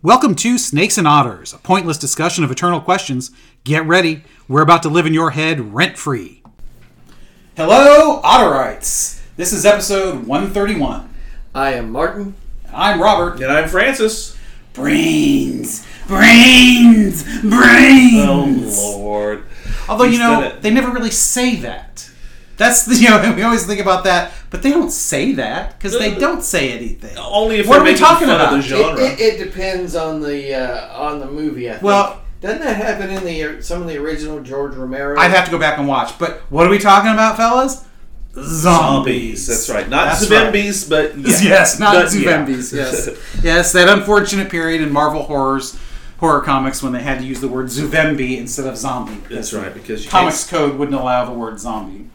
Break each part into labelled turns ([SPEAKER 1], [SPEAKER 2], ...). [SPEAKER 1] Welcome to Snakes and Otters, a pointless discussion of eternal questions. Get ready, we're about to live in your head rent free. Hello, Otterites! This is episode 131.
[SPEAKER 2] I am Martin.
[SPEAKER 1] I'm Robert.
[SPEAKER 3] And I'm Francis.
[SPEAKER 1] Brains! Brains! Brains!
[SPEAKER 3] Oh, Lord.
[SPEAKER 1] Although, you
[SPEAKER 3] He's
[SPEAKER 1] know,
[SPEAKER 3] done it.
[SPEAKER 1] they never really say that. That's the, you know, we always think about that, but they don't say that because they don't say anything.
[SPEAKER 3] Uh, Only if
[SPEAKER 1] What
[SPEAKER 3] we're
[SPEAKER 1] are we
[SPEAKER 3] making
[SPEAKER 1] talking
[SPEAKER 3] fun
[SPEAKER 1] about?
[SPEAKER 3] of the genre.
[SPEAKER 2] It, it, it depends on the uh, on the movie. I think.
[SPEAKER 1] Well-
[SPEAKER 2] doesn't that happen in the uh, some of the original George Romero?
[SPEAKER 1] I'd have to go back and watch, but what are we talking about, fellas? Zombies.
[SPEAKER 3] That's right. Not
[SPEAKER 1] That's right.
[SPEAKER 3] Zbembies, but yeah.
[SPEAKER 1] Yes, not
[SPEAKER 3] But yeah.
[SPEAKER 1] Zubembies. Yes, yes, that unfortunate period in Marvel horrors, horror comics when they had to use the word Zubembi instead of zombie.
[SPEAKER 3] That's right, because you
[SPEAKER 1] Comics code wouldn't allow the word zombie.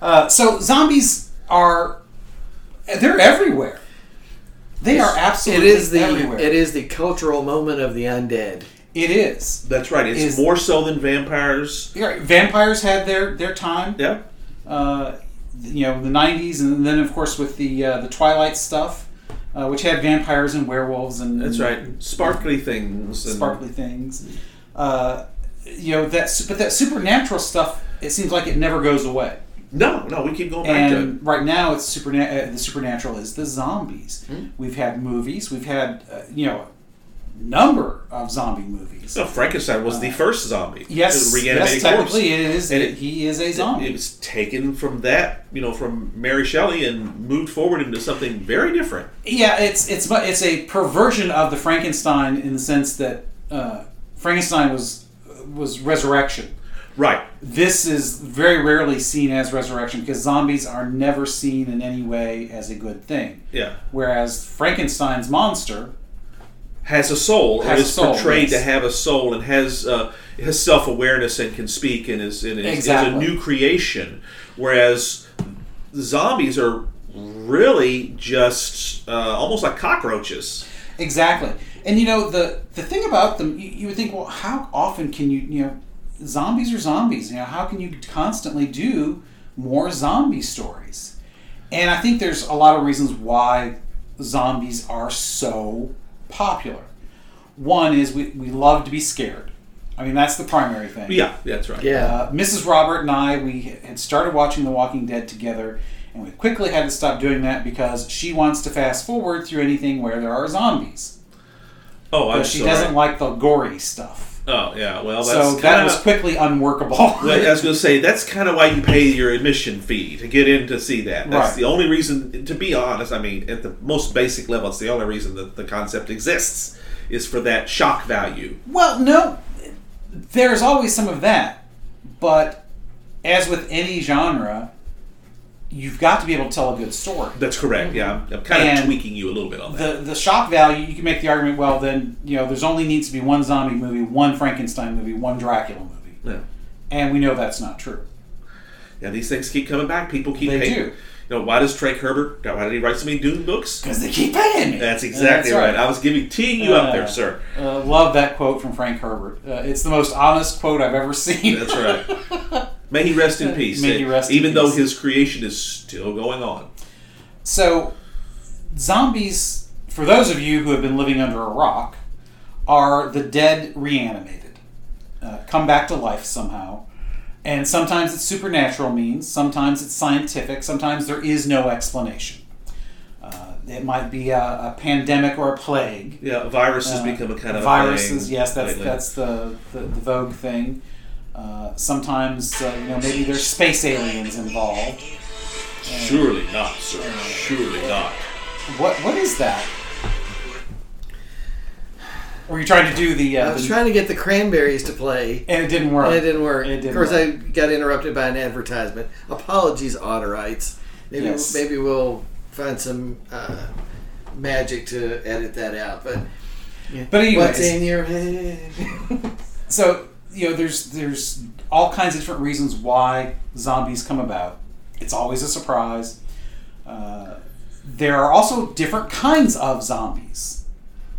[SPEAKER 1] Uh, so zombies are they're everywhere. They are
[SPEAKER 2] It
[SPEAKER 1] absolutely
[SPEAKER 2] is the
[SPEAKER 1] everywhere.
[SPEAKER 2] it is the cultural moment of the undead.
[SPEAKER 1] it is.
[SPEAKER 3] Can't, that's right. It's
[SPEAKER 1] is-
[SPEAKER 3] more so than vampires.
[SPEAKER 1] You're right. Vampires had their their time.
[SPEAKER 3] Yeah.
[SPEAKER 1] uh, you know the 90s and then of course with the uh, the twilight stuff uh, which had vampires and werewolves and
[SPEAKER 3] That's right. Sparkly things. And,
[SPEAKER 1] sparkly things uh, you know that su- but that supernatural stuff it seems like it never goes away
[SPEAKER 3] No, no, we keep going back to
[SPEAKER 1] and right now it's superna- uh, the supernatural is the zombies
[SPEAKER 3] Hmm.
[SPEAKER 1] we've had movies we've had uh, you know a number of zombie movies
[SPEAKER 3] so Frankenstein was the first zombie.
[SPEAKER 1] yes
[SPEAKER 3] The
[SPEAKER 1] yes
[SPEAKER 3] reanimated corpse.
[SPEAKER 1] technically it is
[SPEAKER 3] And it-
[SPEAKER 1] he is a zombie
[SPEAKER 3] It, it was taken from that, you know, from Mary Shelley and moved forward into something very different.
[SPEAKER 1] Yeah, it's it's mu- it's a perversion of the Frankenstein in the sense that uh, Frankenstein was was resurrection.
[SPEAKER 3] Right.
[SPEAKER 1] This is very rarely seen as resurrection because zombies are never seen in any way as a good thing.
[SPEAKER 3] Yeah.
[SPEAKER 1] Whereas Frankenstein's monster,
[SPEAKER 3] has a soul
[SPEAKER 1] Has
[SPEAKER 3] and
[SPEAKER 1] a
[SPEAKER 3] is
[SPEAKER 1] soul,
[SPEAKER 3] portrayed
[SPEAKER 1] yes.
[SPEAKER 3] to have a soul and has uh, has self awareness and can speak and is and is, is
[SPEAKER 1] Exactly.
[SPEAKER 3] a new creation, whereas zombies are really just uh, almost like cockroaches.
[SPEAKER 1] exactly. And you know the the thing about them, you, you would think, well, how often can you you know, zombies are zombies. You know, how can you constantly do more zombie stories? And I think there's a lot of reasons why zombies are so popular. One is we, we love to be scared. I mean, that's the primary thing.
[SPEAKER 3] Yeah, that's right.
[SPEAKER 2] Yeah,
[SPEAKER 1] Uh, Mrs. Robert and I, we had started watching The Walking Dead together, and we quickly had to stop doing that because she wants to fast forward through anything where there are zombies.
[SPEAKER 3] Oh, I'm
[SPEAKER 1] But she
[SPEAKER 3] sorry.
[SPEAKER 1] doesn't like the gory stuff.
[SPEAKER 3] oh, yeah. Well, that's
[SPEAKER 1] So
[SPEAKER 3] kinda,
[SPEAKER 1] that was quickly unworkable.
[SPEAKER 3] I was going to say that's kind of why you pay your admission fee to get in to see that. That's
[SPEAKER 1] Right.
[SPEAKER 3] the only reason. To be honest, I mean, at the most basic level, it's the only reason that the concept exists is for that shock value.
[SPEAKER 1] Well, no, there's always some of that, but as with any genre, you've got to be able to tell a good story.
[SPEAKER 3] That's correct. Yeah, I'm, I'm kind
[SPEAKER 1] Mm-hmm. And
[SPEAKER 3] of tweaking you a little bit on that.
[SPEAKER 1] The the shock value, you can make the argument. Well, then you know, there's only needs to be one zombie movie, one Frankenstein movie, one Dracula movie,
[SPEAKER 3] yeah.
[SPEAKER 1] and we know that's not true.
[SPEAKER 3] yeah, these things keep coming back. People keep
[SPEAKER 1] They
[SPEAKER 3] paying.
[SPEAKER 1] do.
[SPEAKER 3] You know, why does Trey Herbert? Why did he write so many Dune books?
[SPEAKER 1] Because they keep paying me.
[SPEAKER 3] That's exactly
[SPEAKER 1] That's
[SPEAKER 3] right. I was giving teeing you up
[SPEAKER 1] Uh,
[SPEAKER 3] there, sir.
[SPEAKER 1] Uh, love that quote from Frank Herbert. Uh, it's the most honest quote I've ever seen.
[SPEAKER 3] That's right. May he rest in peace.
[SPEAKER 1] May he rest in
[SPEAKER 3] Even though
[SPEAKER 1] peace.
[SPEAKER 3] his creation is still going on.
[SPEAKER 1] So, zombies, for those of you who have been living under a rock, are the dead reanimated, uh, come back to life somehow. And sometimes it's supernatural means, sometimes it's scientific, sometimes there is no explanation. Uh, it might be a, a pandemic or a plague.
[SPEAKER 3] Yeah, virus has
[SPEAKER 1] Uh,
[SPEAKER 3] become a kind of
[SPEAKER 1] viruses.
[SPEAKER 3] A thing
[SPEAKER 1] yes, that's
[SPEAKER 3] lately.
[SPEAKER 1] that's the, the, the vogue thing. Uh, sometimes uh, you know maybe there's space aliens involved.
[SPEAKER 3] surely not, sir. Surely not.
[SPEAKER 1] What what is that? Were you trying to do the? Uh,
[SPEAKER 2] I was
[SPEAKER 1] the-
[SPEAKER 2] trying to get the cranberries to play,
[SPEAKER 1] and it didn't work.
[SPEAKER 2] and it didn't work.
[SPEAKER 1] It didn't
[SPEAKER 2] of course,
[SPEAKER 1] work.
[SPEAKER 2] I got interrupted by an advertisement. Apologies, Otterites. Maybe
[SPEAKER 1] Yes.
[SPEAKER 2] maybe we'll find some uh, magic to edit that out. But
[SPEAKER 1] But anyways,
[SPEAKER 2] what's in your head?
[SPEAKER 1] so you know there's there's all kinds of different reasons why zombies come about it's always a surprise uh, there are also different kinds of zombies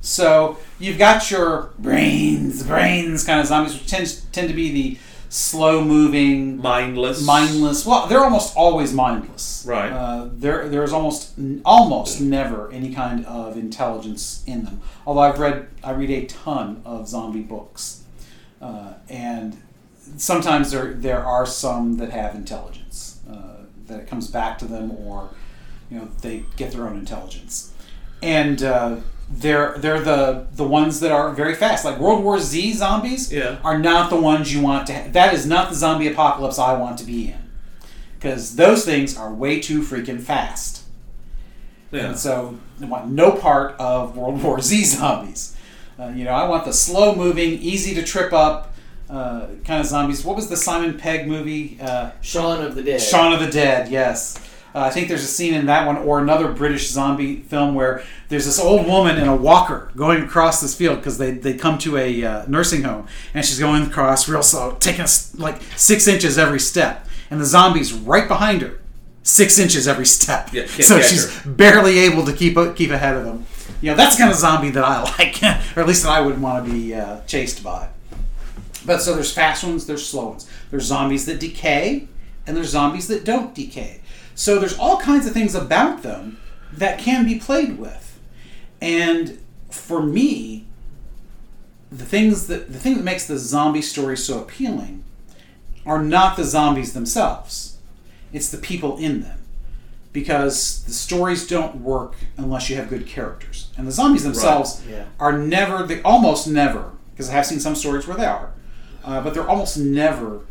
[SPEAKER 1] so you've got your brains brains kind of zombies which tend, tend to be the slow moving,
[SPEAKER 3] mindless.
[SPEAKER 1] mindless. Well, they're almost always mindless.
[SPEAKER 3] Right.
[SPEAKER 1] Uh, there, there's almost almost never any kind of intelligence in them. Although I've read, I read a ton of zombie books, uh, and sometimes there there are some that have intelligence uh, that it comes back to them, or you know they get their own intelligence, and. Uh, they're, they're the, the ones that are very fast. Like World War Z zombies
[SPEAKER 3] Yeah.
[SPEAKER 1] are not the ones you want to. Ha- that is not the zombie apocalypse I want to be in, because those things are way too freaking fast.
[SPEAKER 3] Yeah.
[SPEAKER 1] And so I want no part of World War Z zombies. Uh, you know, I want the slow moving, easy to trip up uh, kind of zombies. What was the Simon Pegg movie? Uh,
[SPEAKER 2] Shaun of the Dead.
[SPEAKER 1] Shaun of the Dead, yes. Uh, I think there's a scene in that one or another British zombie film where there's this old woman in a walker going across this field because they, they come to a uh, nursing home and she's going across real slow, taking us like six inches every step. And the zombie's right behind her, six inches every step.
[SPEAKER 3] Yeah, can't
[SPEAKER 1] so
[SPEAKER 3] catch
[SPEAKER 1] she's
[SPEAKER 3] her.
[SPEAKER 1] barely able to keep keep ahead of them. You know, that's the kind of zombie that I like, or at least that I would want to be uh, chased by. But so there's fast ones, there's slow ones. There's zombies that decay, and there's zombies that don't decay. So there's all kinds of things about them that can be played with. And for me, the things that the thing that makes the zombie story so appealing are not the zombies themselves. It's the people in them. Because the stories don't work unless you have good characters. And the zombies themselves
[SPEAKER 2] yeah.
[SPEAKER 1] are never they almost never because I have seen some stories where they are, uh, but they're almost never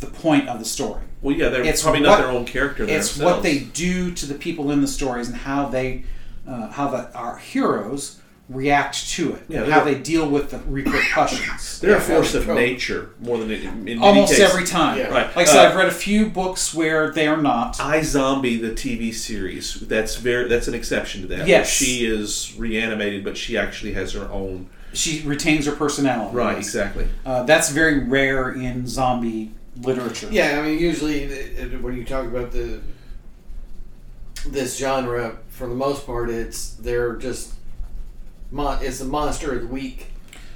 [SPEAKER 1] the point of the story.
[SPEAKER 3] Well, yeah, they're
[SPEAKER 1] It's
[SPEAKER 3] probably not
[SPEAKER 1] what-
[SPEAKER 3] their own character.
[SPEAKER 1] It's what they do to the people in the stories and how they, uh, how the, our heroes react to it,
[SPEAKER 3] Yeah,
[SPEAKER 1] and
[SPEAKER 3] they're-
[SPEAKER 1] how they deal with the repercussions.
[SPEAKER 3] They're a
[SPEAKER 2] Yeah,
[SPEAKER 3] force
[SPEAKER 2] how they
[SPEAKER 3] of
[SPEAKER 2] cope.
[SPEAKER 3] nature more than in, in many
[SPEAKER 1] Oh. almost
[SPEAKER 3] cases.
[SPEAKER 1] every time.
[SPEAKER 2] Yeah.
[SPEAKER 3] Right.
[SPEAKER 1] Like I said,
[SPEAKER 3] Uh,
[SPEAKER 1] I've read a few books where they are not.
[SPEAKER 3] I Zombie, the TV series, that's very that's an exception to that. where
[SPEAKER 1] Yes.
[SPEAKER 3] she is reanimated, but she actually has her own.
[SPEAKER 1] She retains her personality.
[SPEAKER 3] exactly.
[SPEAKER 1] Uh, that's very rare in zombie literature.
[SPEAKER 2] Yeah, I mean, usually uh, when you talk about the this genre, for the most part, it's they're just mon- it's a monster of the week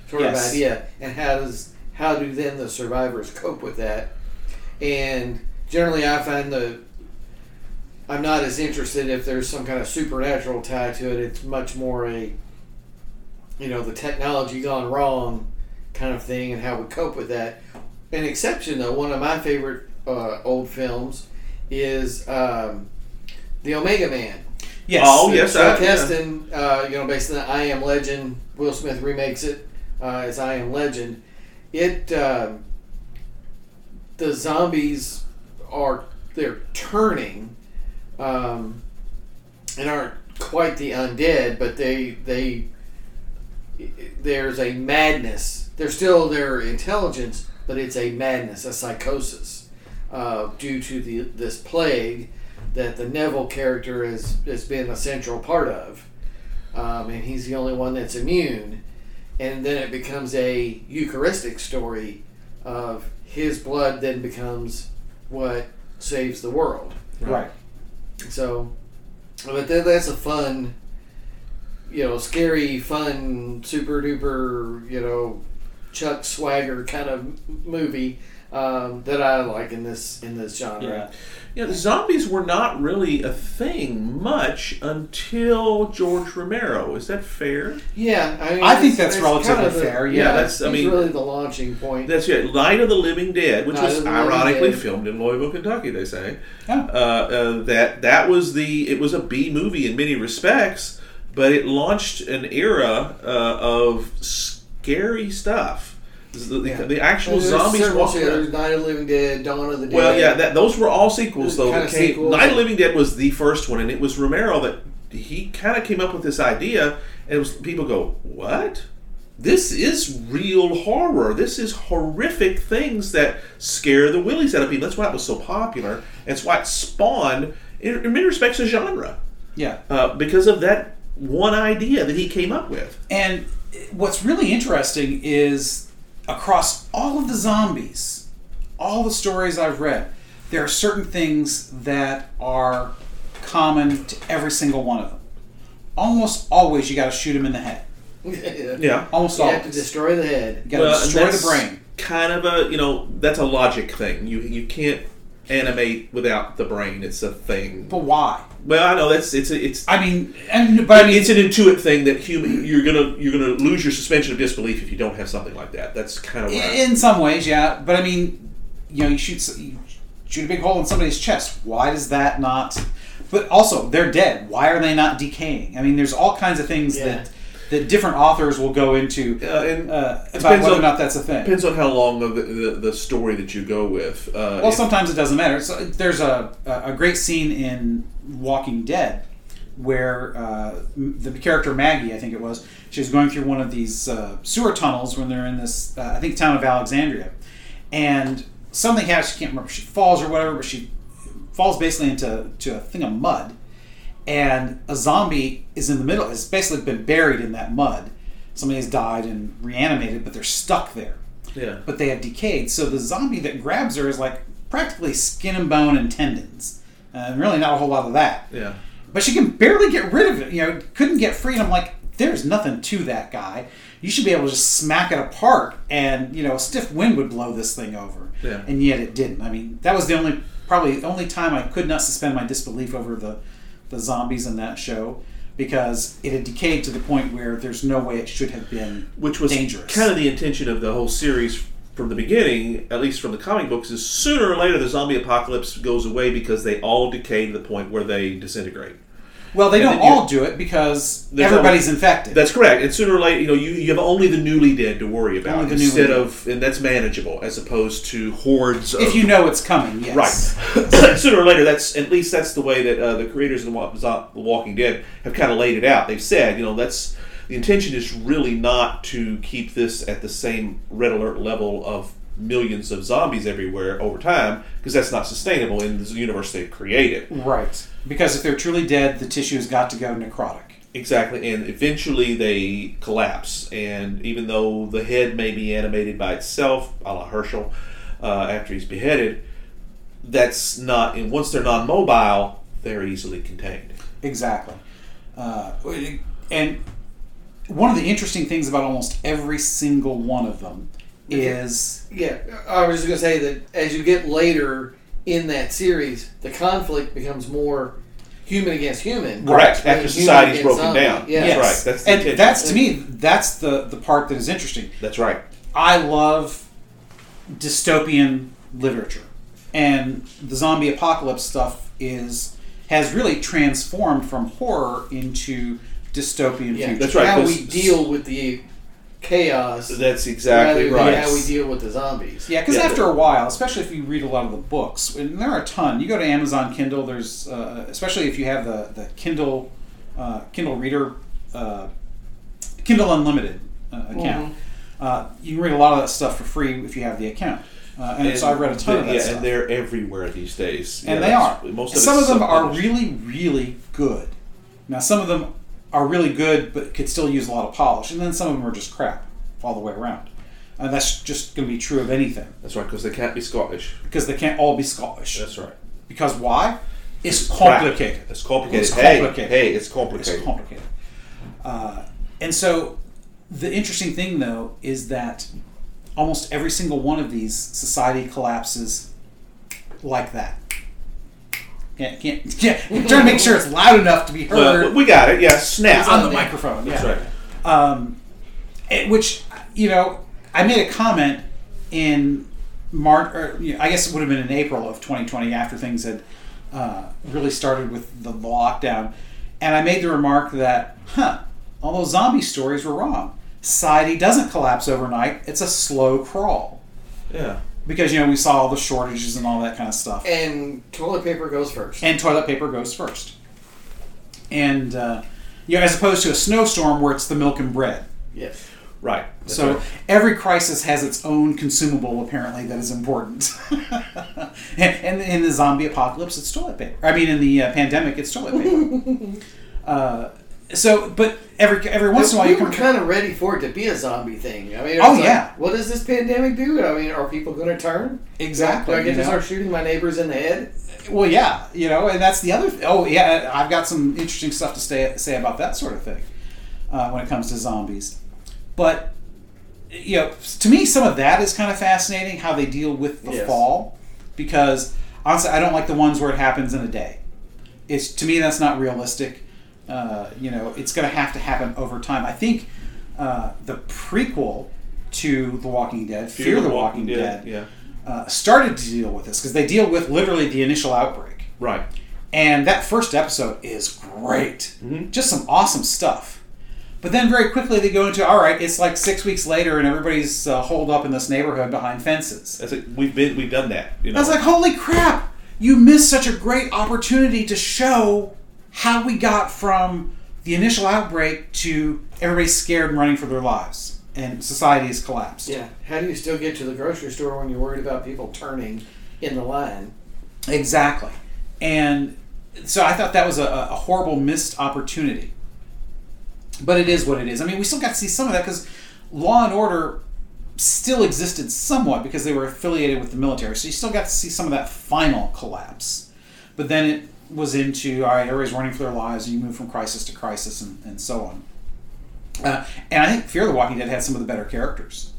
[SPEAKER 2] sort
[SPEAKER 1] Yes.
[SPEAKER 2] of idea, and how does how do then the survivors cope with that? And generally, I find the I'm not as interested if there's some kind of supernatural tie to it. It's much more a you know the technology gone wrong kind of thing, and how we cope with that. An exception though, one of my favorite uh, old films is um, the Omega Man.
[SPEAKER 1] Yes.
[SPEAKER 3] Oh, yes,
[SPEAKER 2] Chuck
[SPEAKER 3] I- yeah.
[SPEAKER 2] Heston, uh, you know, based on the I Am Legend. Will Smith remakes it uh, as I Am Legend. It um the zombies are they're turning um, and aren't quite the undead, but they they there's a madness. There's still their intelligence, but it's a madness, a psychosis, uh, due to the this plague that the Neville character has has been a central part of, um, and he's the only one that's immune. And then it becomes a Eucharistic story of his blood then becomes what saves the world.
[SPEAKER 1] Right.
[SPEAKER 2] So, but that, that's a fun, you know, scary, fun, super duper, you know, Chuck Swagger kind of m- movie um, that I like in this in this genre.
[SPEAKER 3] Yeah, zombies were not really a thing much until George Romero. Is that fair?
[SPEAKER 2] Yeah, I, mean,
[SPEAKER 1] I think
[SPEAKER 2] it's-
[SPEAKER 1] that's
[SPEAKER 2] it's
[SPEAKER 1] relatively
[SPEAKER 2] kind of the-
[SPEAKER 1] fair, yeah,
[SPEAKER 2] it's-
[SPEAKER 3] that's- I
[SPEAKER 2] it's
[SPEAKER 3] mean-
[SPEAKER 2] really the launching point.
[SPEAKER 3] That's it. Night of the Living Dead, which
[SPEAKER 2] Night of
[SPEAKER 3] was
[SPEAKER 2] the Living
[SPEAKER 3] ironically
[SPEAKER 2] Dead.
[SPEAKER 3] filmed in Louisville, Kentucky. They say
[SPEAKER 1] Yeah.
[SPEAKER 3] uh, uh, that that was the it was a B movie in many respects, but it launched an era uh, of scary stuff. The, the,
[SPEAKER 2] Yeah.
[SPEAKER 3] the actual
[SPEAKER 2] There's
[SPEAKER 3] zombies
[SPEAKER 2] several
[SPEAKER 3] walking.
[SPEAKER 2] shows,
[SPEAKER 3] around-
[SPEAKER 2] Night of the Living Dead, Dawn of the Dead.
[SPEAKER 3] Well, yeah, that, those were all sequels, though.
[SPEAKER 2] Kinda
[SPEAKER 3] that came-
[SPEAKER 2] sequels.
[SPEAKER 3] Night of the Living Dead was the first one, and it was Romero that he kind of came up with this idea, and it was people go, "What? This is real horror. This is horrific things that scare the willies out of people." That's why it was so popular. That's why it spawned, in, in many respects, a genre
[SPEAKER 1] Yeah.
[SPEAKER 3] uh, because of that one idea that he came up with.
[SPEAKER 1] And what's really interesting is across all of the zombies, all the stories I've read, there are certain things that are common to every single one of them. Almost always, you got to shoot them in the head.
[SPEAKER 2] yeah.
[SPEAKER 3] Yeah.
[SPEAKER 1] Almost
[SPEAKER 2] You have
[SPEAKER 1] always,
[SPEAKER 2] to destroy the head.
[SPEAKER 1] you got to
[SPEAKER 3] Well, and
[SPEAKER 1] destroy the
[SPEAKER 3] that's-
[SPEAKER 1] brain.
[SPEAKER 3] kind of a you know that's a logic thing. You you can't animate without the brain. It's a thing.
[SPEAKER 1] But why?
[SPEAKER 3] Well, I know that's it's a, it's
[SPEAKER 1] I mean, and but I mean,
[SPEAKER 3] it's an intuitive thing that human you're gonna you're gonna lose your suspension of disbelief if you don't have something like that. That's kind of where I-
[SPEAKER 1] in some ways, yeah. But I mean, you know, you shoot s- you shoot a big hole in somebody's chest. Why does that not? But also, they're dead. Why are they not decaying? I mean, there's all kinds of things
[SPEAKER 2] Yeah.
[SPEAKER 1] that that different authors will go into
[SPEAKER 3] uh, and
[SPEAKER 1] uh, about
[SPEAKER 3] It depends
[SPEAKER 1] whether
[SPEAKER 3] on-
[SPEAKER 1] or not that's a thing.
[SPEAKER 3] depends on how long of the, the, the story that you go with. Uh,
[SPEAKER 1] Well,
[SPEAKER 3] if-
[SPEAKER 1] sometimes it doesn't matter. So there's a a great scene in Walking Dead where uh, m- the character Maggie, I think it was, she was going through one of these uh, sewer tunnels when they're in this, uh, I think, town of Alexandria, and something happens. She can't remember. She falls or whatever, but she falls basically into to a thing of mud, and a zombie is in the middle. It's basically been buried in that mud. Somebody has died and reanimated, but they're stuck there
[SPEAKER 3] yeah.
[SPEAKER 1] but they have decayed. So the zombie that grabs her is like practically skin and bone and tendons. Uh, really, not a whole lot of that.
[SPEAKER 3] Yeah.
[SPEAKER 1] But she can barely get rid of it. You know, couldn't get free. And I'm like, there's nothing to that guy. You should be able to just smack it apart, and you know, a stiff wind would blow this thing over.
[SPEAKER 3] Yeah.
[SPEAKER 1] And yet it didn't. I mean, that was the only, probably the only time I could not suspend my disbelief over the, the zombies in that show. Because it had decayed to the point where there's no way it should have been
[SPEAKER 3] Which was
[SPEAKER 1] dangerous.
[SPEAKER 3] kind of the intention of the whole series from the beginning, at least from the comic books, is sooner or later the zombie apocalypse goes away because they all decay to the point where they disintegrate.
[SPEAKER 1] Well, they
[SPEAKER 3] And
[SPEAKER 1] don't
[SPEAKER 3] then you-
[SPEAKER 1] all do it because
[SPEAKER 3] There's
[SPEAKER 1] everybody's infected.
[SPEAKER 3] That's correct. And sooner or later, you know, you, you have only the newly dead to worry about
[SPEAKER 1] Only the newly
[SPEAKER 3] instead
[SPEAKER 1] dead.
[SPEAKER 3] of, and that's manageable as opposed to hordes of
[SPEAKER 1] if you know it's coming, yes.
[SPEAKER 3] uh, Right. Sooner or later, that's at least that's the way that uh, the creators of the Wa- Zo- The Walking Dead have kind of laid it out. They've said, you know, that's the intention is really not to keep this at the same red alert level of millions of zombies everywhere over time because that's not sustainable in this universe they've created.
[SPEAKER 1] Right. Because if they're truly dead, the tissue has got to go necrotic.
[SPEAKER 3] Exactly, and eventually they collapse. And even though the head may be animated by itself, a la Herschel, uh, after he's beheaded, that's not. And once they're non-mobile, they're easily contained.
[SPEAKER 1] Exactly. Uh, and one of the interesting things about almost every single one of them is
[SPEAKER 2] Yeah, I was just gonna say that as you get later in that series, the conflict becomes more human against human. Rather
[SPEAKER 3] Correct. After
[SPEAKER 2] than human
[SPEAKER 3] society's
[SPEAKER 2] against
[SPEAKER 3] broken
[SPEAKER 2] zombie.
[SPEAKER 3] down.
[SPEAKER 2] Yeah.
[SPEAKER 3] That's right. That's the
[SPEAKER 1] and
[SPEAKER 3] intention.
[SPEAKER 1] that's to me that's the the part that is interesting.
[SPEAKER 3] That's right.
[SPEAKER 1] I love dystopian literature, and the zombie apocalypse stuff is has really transformed from horror into dystopian
[SPEAKER 2] Yeah,
[SPEAKER 1] future.
[SPEAKER 3] That's right,
[SPEAKER 2] How
[SPEAKER 3] 'cause-
[SPEAKER 2] we deal with the chaos
[SPEAKER 3] That's exactly
[SPEAKER 2] rather than
[SPEAKER 3] right.
[SPEAKER 2] how we deal with the zombies.
[SPEAKER 1] Yeah, because
[SPEAKER 3] Yeah,
[SPEAKER 1] after
[SPEAKER 3] the-
[SPEAKER 1] a while, especially if you read a lot of the books, and there are a ton. You go to Amazon Kindle. There's uh, especially if you have the the Kindle uh, Kindle Reader uh, Kindle Unlimited uh, account.
[SPEAKER 3] Mm-hmm.
[SPEAKER 1] Uh, you can read a lot of that stuff for free if you have the account. Uh, and, so I've read a ton of that
[SPEAKER 3] yeah,
[SPEAKER 1] stuff.
[SPEAKER 3] and they're everywhere these days.
[SPEAKER 1] and
[SPEAKER 3] Yeah,
[SPEAKER 1] they are.
[SPEAKER 3] that's- Most of
[SPEAKER 1] some
[SPEAKER 3] it's
[SPEAKER 1] of them are
[SPEAKER 3] self-published.
[SPEAKER 1] really, really good. Now, some of them are really good, but could still use a lot of polish, and then some of them are just crap all the way around. And that's just going to be true of anything
[SPEAKER 3] That's right, because they can't be Scottish.
[SPEAKER 1] because they can't all be Scottish.
[SPEAKER 3] That's right.
[SPEAKER 1] Because why? It's
[SPEAKER 3] Crap.
[SPEAKER 1] complicated.
[SPEAKER 3] It's complicated.
[SPEAKER 1] It's
[SPEAKER 3] Hey,
[SPEAKER 1] complicated.
[SPEAKER 3] Hey, it's
[SPEAKER 1] It's
[SPEAKER 3] complicated.
[SPEAKER 1] complicated. Uh, and so, the interesting thing though is that almost every single one of these society collapses like that. Yeah, can't. Yeah, I'm trying to make sure it's loud enough to be
[SPEAKER 3] Well,
[SPEAKER 1] heard
[SPEAKER 3] we got it. Yeah, snap.
[SPEAKER 1] It's on the
[SPEAKER 2] Yeah.
[SPEAKER 1] microphone.
[SPEAKER 3] That's
[SPEAKER 1] yeah.
[SPEAKER 3] right.
[SPEAKER 1] um, it- which you know I made a comment in March, or you know, I guess it would have been in April of 2020 after things had uh, really started with the lockdown, and I made the remark that, huh, all those zombie stories were wrong. Society doesn't collapse overnight; it's a slow crawl
[SPEAKER 3] Yeah.
[SPEAKER 1] because you know we saw all the shortages and all that kind of stuff
[SPEAKER 2] And toilet paper goes first.
[SPEAKER 1] and toilet paper goes first. And uh, you know, as opposed to a snowstorm where it's the milk and bread.
[SPEAKER 2] yes.
[SPEAKER 3] Right. That's
[SPEAKER 1] So
[SPEAKER 3] right.
[SPEAKER 1] every crisis has its own consumable, apparently, that is important. and, and in the zombie apocalypse, it's toilet paper. I mean, in the uh, pandemic, it's toilet paper. uh, so, but every every once in a while,
[SPEAKER 2] we
[SPEAKER 1] you
[SPEAKER 2] were
[SPEAKER 1] come.
[SPEAKER 2] kind of ready for it to be a zombie thing. I mean, it
[SPEAKER 1] Oh,
[SPEAKER 2] was like,
[SPEAKER 1] yeah.
[SPEAKER 2] What does this pandemic do? I mean, are people going to turn?
[SPEAKER 1] Exactly,
[SPEAKER 2] Do I get
[SPEAKER 1] you
[SPEAKER 2] to
[SPEAKER 1] know?
[SPEAKER 2] start shooting my neighbors in the head?
[SPEAKER 1] well, yeah, you know, and that's the other. Oh, yeah, I've got some interesting stuff to say say about that sort of thing uh, when it comes to zombies. But you know, to me, some of that is kind of fascinating how they deal with the
[SPEAKER 2] Yes.
[SPEAKER 1] fall, because honestly, I don't like the ones where it happens in a day. It's to me that's not realistic. Uh, you know, it's going to have to happen over time. I think uh, the prequel to The Walking Dead, Fear, the Walking, Dead,
[SPEAKER 3] Yeah.
[SPEAKER 1] uh, started to deal with this because they deal with literally the initial outbreak.
[SPEAKER 3] Right.
[SPEAKER 1] And that first episode is great.
[SPEAKER 3] Mhm.
[SPEAKER 1] Just some awesome stuff. But then very quickly they go into all right, it's like six weeks later and everybody's uh, holed up in this neighborhood behind fences.
[SPEAKER 3] That's like we've been we've done that. You know.
[SPEAKER 1] I was like, holy crap, you missed such a great opportunity to show how we got from the initial outbreak to everybody scared and running for their lives and society has collapsed.
[SPEAKER 2] Yeah. How do you still get to the grocery store when you're worried about people turning in the line?
[SPEAKER 1] Exactly. And so I thought that was a, a horrible missed opportunity. But it is what it is. I mean, we still got to see some of that because Law and Order still existed somewhat because they were affiliated with the military. So you still got to see some of that final collapse. But then it was into all right, everybody's running for their lives, and you move from crisis to crisis, and, and so on. Uh, and I think Fear the Walking Dead had some of the better characters,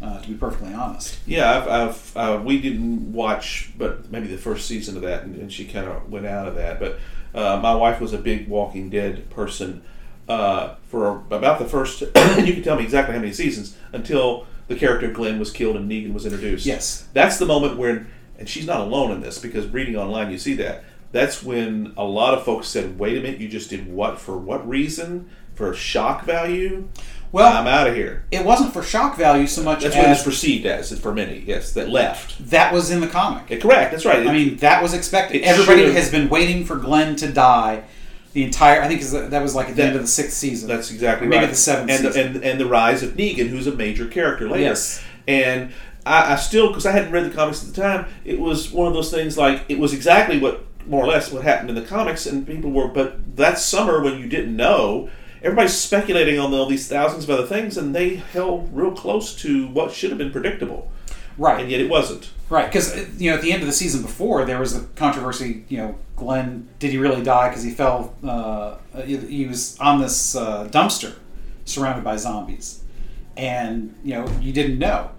[SPEAKER 1] uh, to be perfectly honest.
[SPEAKER 3] Yeah, I've, I've uh, we didn't watch, but maybe the first season of that, and, and she kind of went out of that. But uh, my wife was a big Walking Dead person uh, for about the first. and you can tell me exactly how many seasons until the character Glenn was killed and Negan was introduced.
[SPEAKER 1] Yes.
[SPEAKER 3] that's the moment when, and she's not alone in this because reading online you see that. That's when a lot of folks said, "Wait a minute, you just did what for? What reason? For shock value?
[SPEAKER 1] Well,
[SPEAKER 3] I'm out of here."
[SPEAKER 1] it wasn't for shock value so much
[SPEAKER 3] That's
[SPEAKER 1] as
[SPEAKER 3] what it's perceived as for many. Yes, that left.
[SPEAKER 1] that was in the comic.
[SPEAKER 3] Yeah, correct. That's right.
[SPEAKER 1] I mean, that was expected.
[SPEAKER 3] It
[SPEAKER 1] Everybody
[SPEAKER 3] should've-
[SPEAKER 1] has been waiting for Glenn to die. The entire, I think, is that that was like at the
[SPEAKER 3] That-
[SPEAKER 1] end of the sixth season.
[SPEAKER 3] that's exactly
[SPEAKER 1] Maybe
[SPEAKER 3] right.
[SPEAKER 1] the seventh
[SPEAKER 3] and,
[SPEAKER 1] season.
[SPEAKER 3] and and the rise of Negan, who's a major character later.
[SPEAKER 1] Yes.
[SPEAKER 3] And I, I still, because I hadn't read the comics at the time, it was one of those things like it was exactly what more or less what happened in the comics, and people were. But that summer when you didn't know. Everybody's speculating on all these thousands of other things, and they held real close to what should have been predictable,
[SPEAKER 1] right,
[SPEAKER 3] and yet it wasn't.
[SPEAKER 1] right. Because you know, at the end of the season before, there was the controversy. You know, Glenn, did he really die? Because he fell. Uh, he, he was on this uh, dumpster, surrounded by zombies, and you know, you didn't know.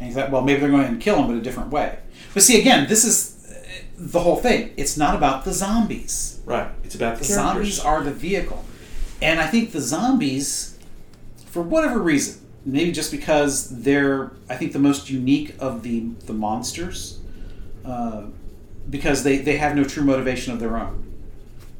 [SPEAKER 1] And you thought, well, maybe they're going to kill him, but a different way. But see, again, this is uh, the whole thing. It's not about the zombies.
[SPEAKER 3] Right. It's about the
[SPEAKER 1] The zombies
[SPEAKER 3] characters.
[SPEAKER 1] are the vehicle. And I think the zombies, for whatever reason, maybe just because they're, I think, the most unique of the, the monsters, uh, because they, they have no true motivation of their own.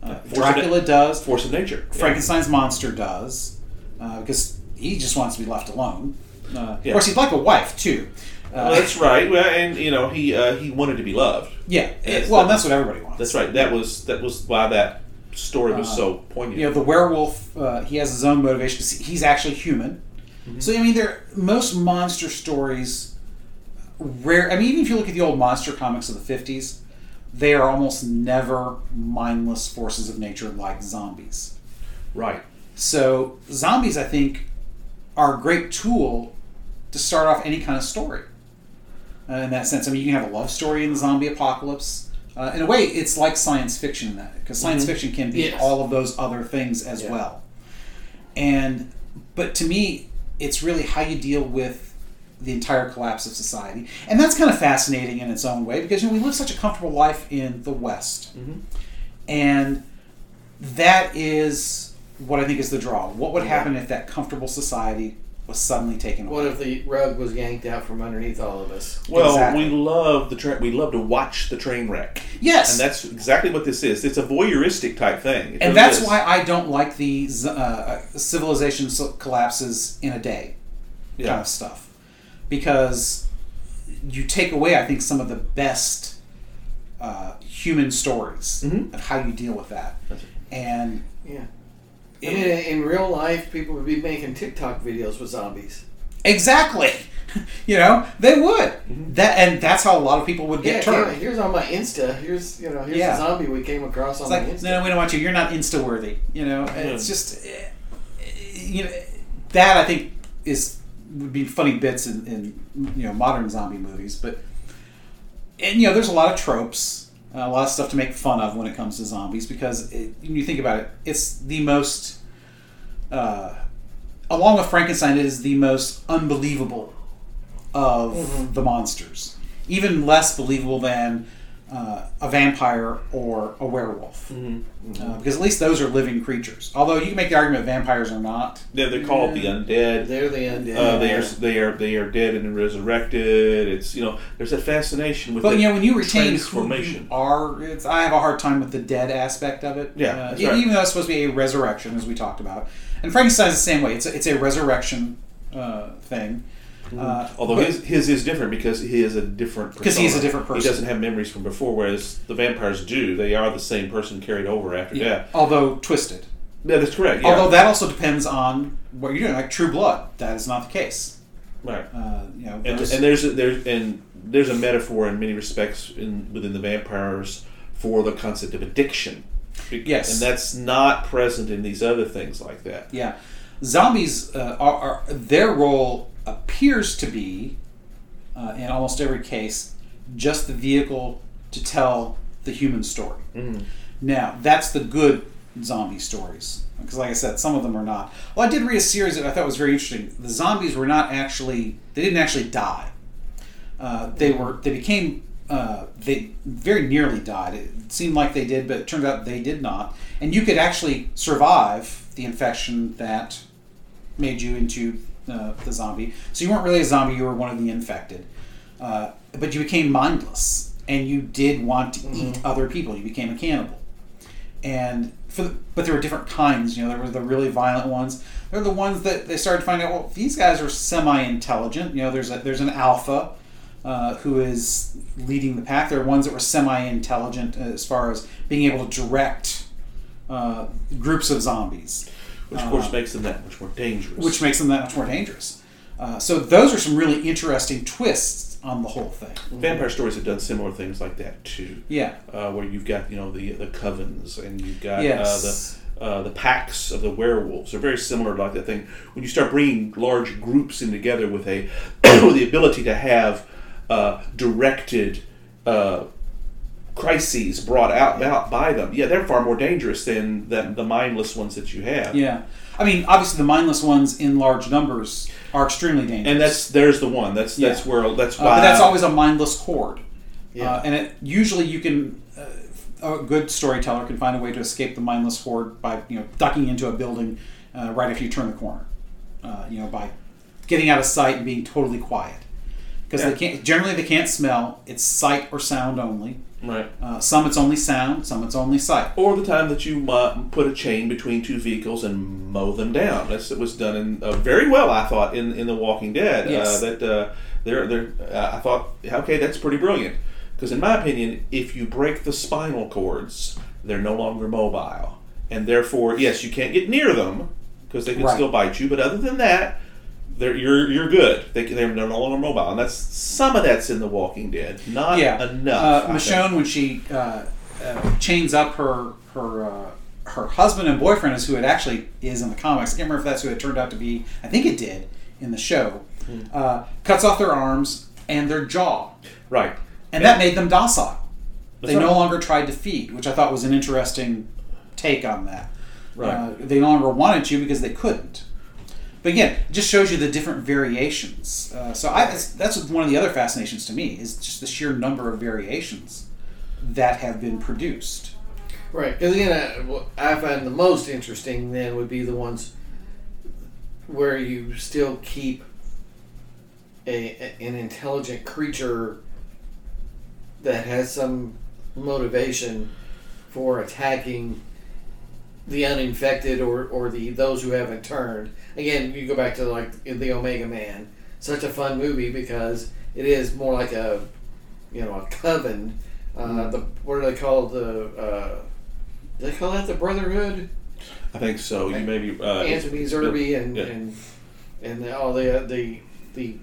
[SPEAKER 1] Uh,
[SPEAKER 3] Force of
[SPEAKER 1] Dracula does,
[SPEAKER 3] force of nature. Yeah.
[SPEAKER 1] Frankenstein's monster does, uh, because he just wants to be left alone. Uh,
[SPEAKER 3] Yeah.
[SPEAKER 1] Of course, he'd like a wife, too. Uh,
[SPEAKER 3] Well, that's right. Well, and you know he uh, he wanted to be loved.
[SPEAKER 1] yeah,
[SPEAKER 3] Yes,
[SPEAKER 1] well,
[SPEAKER 3] that-
[SPEAKER 1] and that's what everybody wants.
[SPEAKER 3] That's right. That was that was why that story was so poignant.
[SPEAKER 1] you know the werewolf uh, he has his own motivation 'cause he's actually human so i mean there most monster stories rare i mean even if you look at the old monster comics of the 50s they are almost never mindless forces of nature like zombies
[SPEAKER 3] Right.
[SPEAKER 1] so zombies i think are a great tool to start off any kind of story uh, in that sense i mean you can have a love story in the zombie apocalypse uh, in a way it's like science fiction in that because science fiction can be
[SPEAKER 2] Mm-hmm. Yes.
[SPEAKER 1] all of those other things as
[SPEAKER 2] Yeah.
[SPEAKER 1] well and but to me it's really how you deal with the entire collapse of society and that's kind of fascinating in its own way because you know we live such a comfortable life in the west and that is what I think is the draw. What would happen if that comfortable society was suddenly taken away?
[SPEAKER 2] What if the rug was yanked out from underneath all of us?
[SPEAKER 3] Well,
[SPEAKER 1] Exactly.
[SPEAKER 3] we love the train. We love to watch the train wreck,
[SPEAKER 1] Yes,
[SPEAKER 3] and
[SPEAKER 1] and,
[SPEAKER 3] that's exactly what this is. It's a voyeuristic type thing, It really
[SPEAKER 1] that's
[SPEAKER 3] is.
[SPEAKER 1] why I don't like the z- uh, civilization so- collapses in a day kind
[SPEAKER 3] Yeah.
[SPEAKER 1] of stuff because you take away, I think, some of the best uh, human stories
[SPEAKER 3] Mhm.
[SPEAKER 1] of how you deal with that.
[SPEAKER 3] That's it.
[SPEAKER 1] And
[SPEAKER 2] Yeah. I
[SPEAKER 1] it-
[SPEAKER 2] mean, in real life, people would be making TikTok videos with zombies.
[SPEAKER 1] exactly, you know, they would that, and that's how a lot of people would
[SPEAKER 2] Mm-hmm. Yeah,
[SPEAKER 1] get
[SPEAKER 2] here-
[SPEAKER 1] turned.
[SPEAKER 2] here's on my Insta. Here's you know here's
[SPEAKER 1] Yeah.
[SPEAKER 2] the zombie we came across on
[SPEAKER 1] It's
[SPEAKER 2] my
[SPEAKER 1] like,
[SPEAKER 2] Insta.
[SPEAKER 1] no, no, we don't want you. You're not insta worthy. You know,
[SPEAKER 3] Yeah.
[SPEAKER 1] it's just, eh, eh, you know, that I think is would be funny bits in, in you know modern zombie movies, but and you know, there's a lot of tropes, a lot of stuff to make fun of when it comes to zombies because it, when you think about it, it's the most uh, along with Frankenstein, it is the most unbelievable of
[SPEAKER 3] Mm-hmm.
[SPEAKER 1] the monsters. Even less believable than uh, a vampire or a werewolf.
[SPEAKER 3] Mm-hmm.
[SPEAKER 1] Uh, because at least those are living creatures. Although you can make the argument vampires are not.
[SPEAKER 3] They're, they're called the undead.
[SPEAKER 2] They're the end.
[SPEAKER 3] Uh, they are they are they are dead and resurrected. It's you know there's a fascination with.
[SPEAKER 1] But
[SPEAKER 3] the
[SPEAKER 1] you know, when you retain who you
[SPEAKER 3] transformation.
[SPEAKER 1] are, it's, I have a hard time with the dead aspect of it.
[SPEAKER 3] Yeah,
[SPEAKER 1] uh,
[SPEAKER 3] that's
[SPEAKER 1] e-
[SPEAKER 3] right.
[SPEAKER 1] even though it's supposed to be a resurrection, as we talked about, and Frankenstein's the same way. It's a, it's a resurrection uh, thing. Uh,
[SPEAKER 3] Mm-hmm. Although
[SPEAKER 1] but-
[SPEAKER 3] his, his is different because he is a different person.
[SPEAKER 1] 'Cause he's a different
[SPEAKER 3] He
[SPEAKER 1] person.
[SPEAKER 3] doesn't have memories from before, whereas the vampires do. They are the same person carried over after death.
[SPEAKER 1] although twisted.
[SPEAKER 3] Yeah, that's correct. Yeah.
[SPEAKER 1] Although that also depends on what you're doing. Like True Blood, that is not the case.
[SPEAKER 3] right.
[SPEAKER 1] Uh, you know,
[SPEAKER 3] and,
[SPEAKER 1] those-
[SPEAKER 3] and there's a, there and there's a metaphor in many respects in within the vampires for the concept of addiction. Be-
[SPEAKER 1] Yes.
[SPEAKER 3] and that's not present in these other things like that.
[SPEAKER 1] yeah, zombies uh, are, are their role appears to be uh, in almost every case just the vehicle to tell the human story.
[SPEAKER 3] Mm.
[SPEAKER 1] Now that's the good zombie stories because, like I said, some of them are not. Well, I did read a series that I thought was very interesting. The zombies were not actually they didn't actually die. uh, they were they became uh, they very nearly died. It seemed like they did, but it turned out they did not. And you could actually survive the infection that made you into uh, the zombie. So you weren't really a zombie; you were one of the infected. Uh, but you became mindless, and you did want to eat other people. You became a cannibal and for the, but there were different kinds. You know, there were the really violent ones. They're the ones that they started to find out. Well, these guys are semi-intelligent. You know, there's a, there's an alpha uh, who is leading the pack. There are ones that were semi-intelligent uh, as far as being able to direct uh, groups of zombies,
[SPEAKER 3] Which of course makes them that much more dangerous.
[SPEAKER 1] Uh, which makes them that much more dangerous. Uh, so those are some really interesting twists on the whole thing.
[SPEAKER 3] vampire stories have done similar things like that too.
[SPEAKER 1] Yeah.
[SPEAKER 3] uh, where you've got you know the the covens and you've got
[SPEAKER 1] Yes.
[SPEAKER 3] uh, the uh, the packs of the werewolves are very similar to like that thing when you start bringing large groups in together with a with the ability to have uh, directed uh, crises brought out, out by them yeah they're far more dangerous than, than the mindless ones that you have
[SPEAKER 1] Yeah. I mean, obviously, the mindless ones in large numbers are extremely dangerous.
[SPEAKER 3] and that's there's the one that's that's
[SPEAKER 1] Yeah.
[SPEAKER 3] where that's
[SPEAKER 1] Uh,
[SPEAKER 3] why
[SPEAKER 1] but that's always a mindless horde.
[SPEAKER 2] Yeah.
[SPEAKER 1] Uh, and it, usually you can, uh, a good storyteller can find a way to escape the mindless horde by, you know, ducking into a building uh, right after you turn the corner. Uh, you know, by getting out of sight and being totally quiet. Because
[SPEAKER 3] Yeah.
[SPEAKER 1] they can't, generally they can't smell. It's sight or sound only.
[SPEAKER 3] right
[SPEAKER 1] Uh, some it's only sound, some it's only sight.
[SPEAKER 3] or the time that you uh, put a chain between two vehicles and mow them down. That's it was done in uh, very well, I thought, in, in The Walking Dead.
[SPEAKER 1] Yes.
[SPEAKER 3] Uh, that uh, they're, they're, uh, I thought, okay, that's pretty brilliant. Because in my opinion, if you break the spinal cords, they're no longer mobile, and therefore, yes, you can't get near them because they can
[SPEAKER 1] Right.
[SPEAKER 3] still bite you. But other than that. They're, you're, you're good. They, can- they're no longer mobile, and that's some of that's in The Walking Dead. Not
[SPEAKER 1] yeah.
[SPEAKER 3] enough.
[SPEAKER 1] Uh,
[SPEAKER 3] I think.
[SPEAKER 1] Michonne, when she uh, uh, chains up her her uh, her husband and boyfriend, is who it actually is in the comics. I can't remember if that's who it turned out to be. I think it did in the show.
[SPEAKER 3] Hmm.
[SPEAKER 1] Uh, cuts off their arms and their jaw,
[SPEAKER 3] right?
[SPEAKER 1] and that made them docile. They
[SPEAKER 3] right.
[SPEAKER 1] no longer tried to feed, which I thought was an interesting take on that.
[SPEAKER 3] Right.
[SPEAKER 1] Uh, they no longer wanted you because they couldn't. But again, it just shows you the different variations. Uh, so I, it's- that's one of the other fascinations to me is just the sheer number of variations that have been produced.
[SPEAKER 2] Right, because again, I, what I find the most interesting then would be the ones where you still keep a, a- an intelligent creature that has some motivation for attacking the uninfected or, or the those who haven't turned. Again, you go back to like the Omega Man, such a fun movie because it is more like a you know a coven. Uh, The what do they call the uh, do they call that the Brotherhood?
[SPEAKER 3] I think so. You may be uh,
[SPEAKER 2] Anthony Zerbe and,
[SPEAKER 3] yeah.
[SPEAKER 2] and and the- all the uh, the the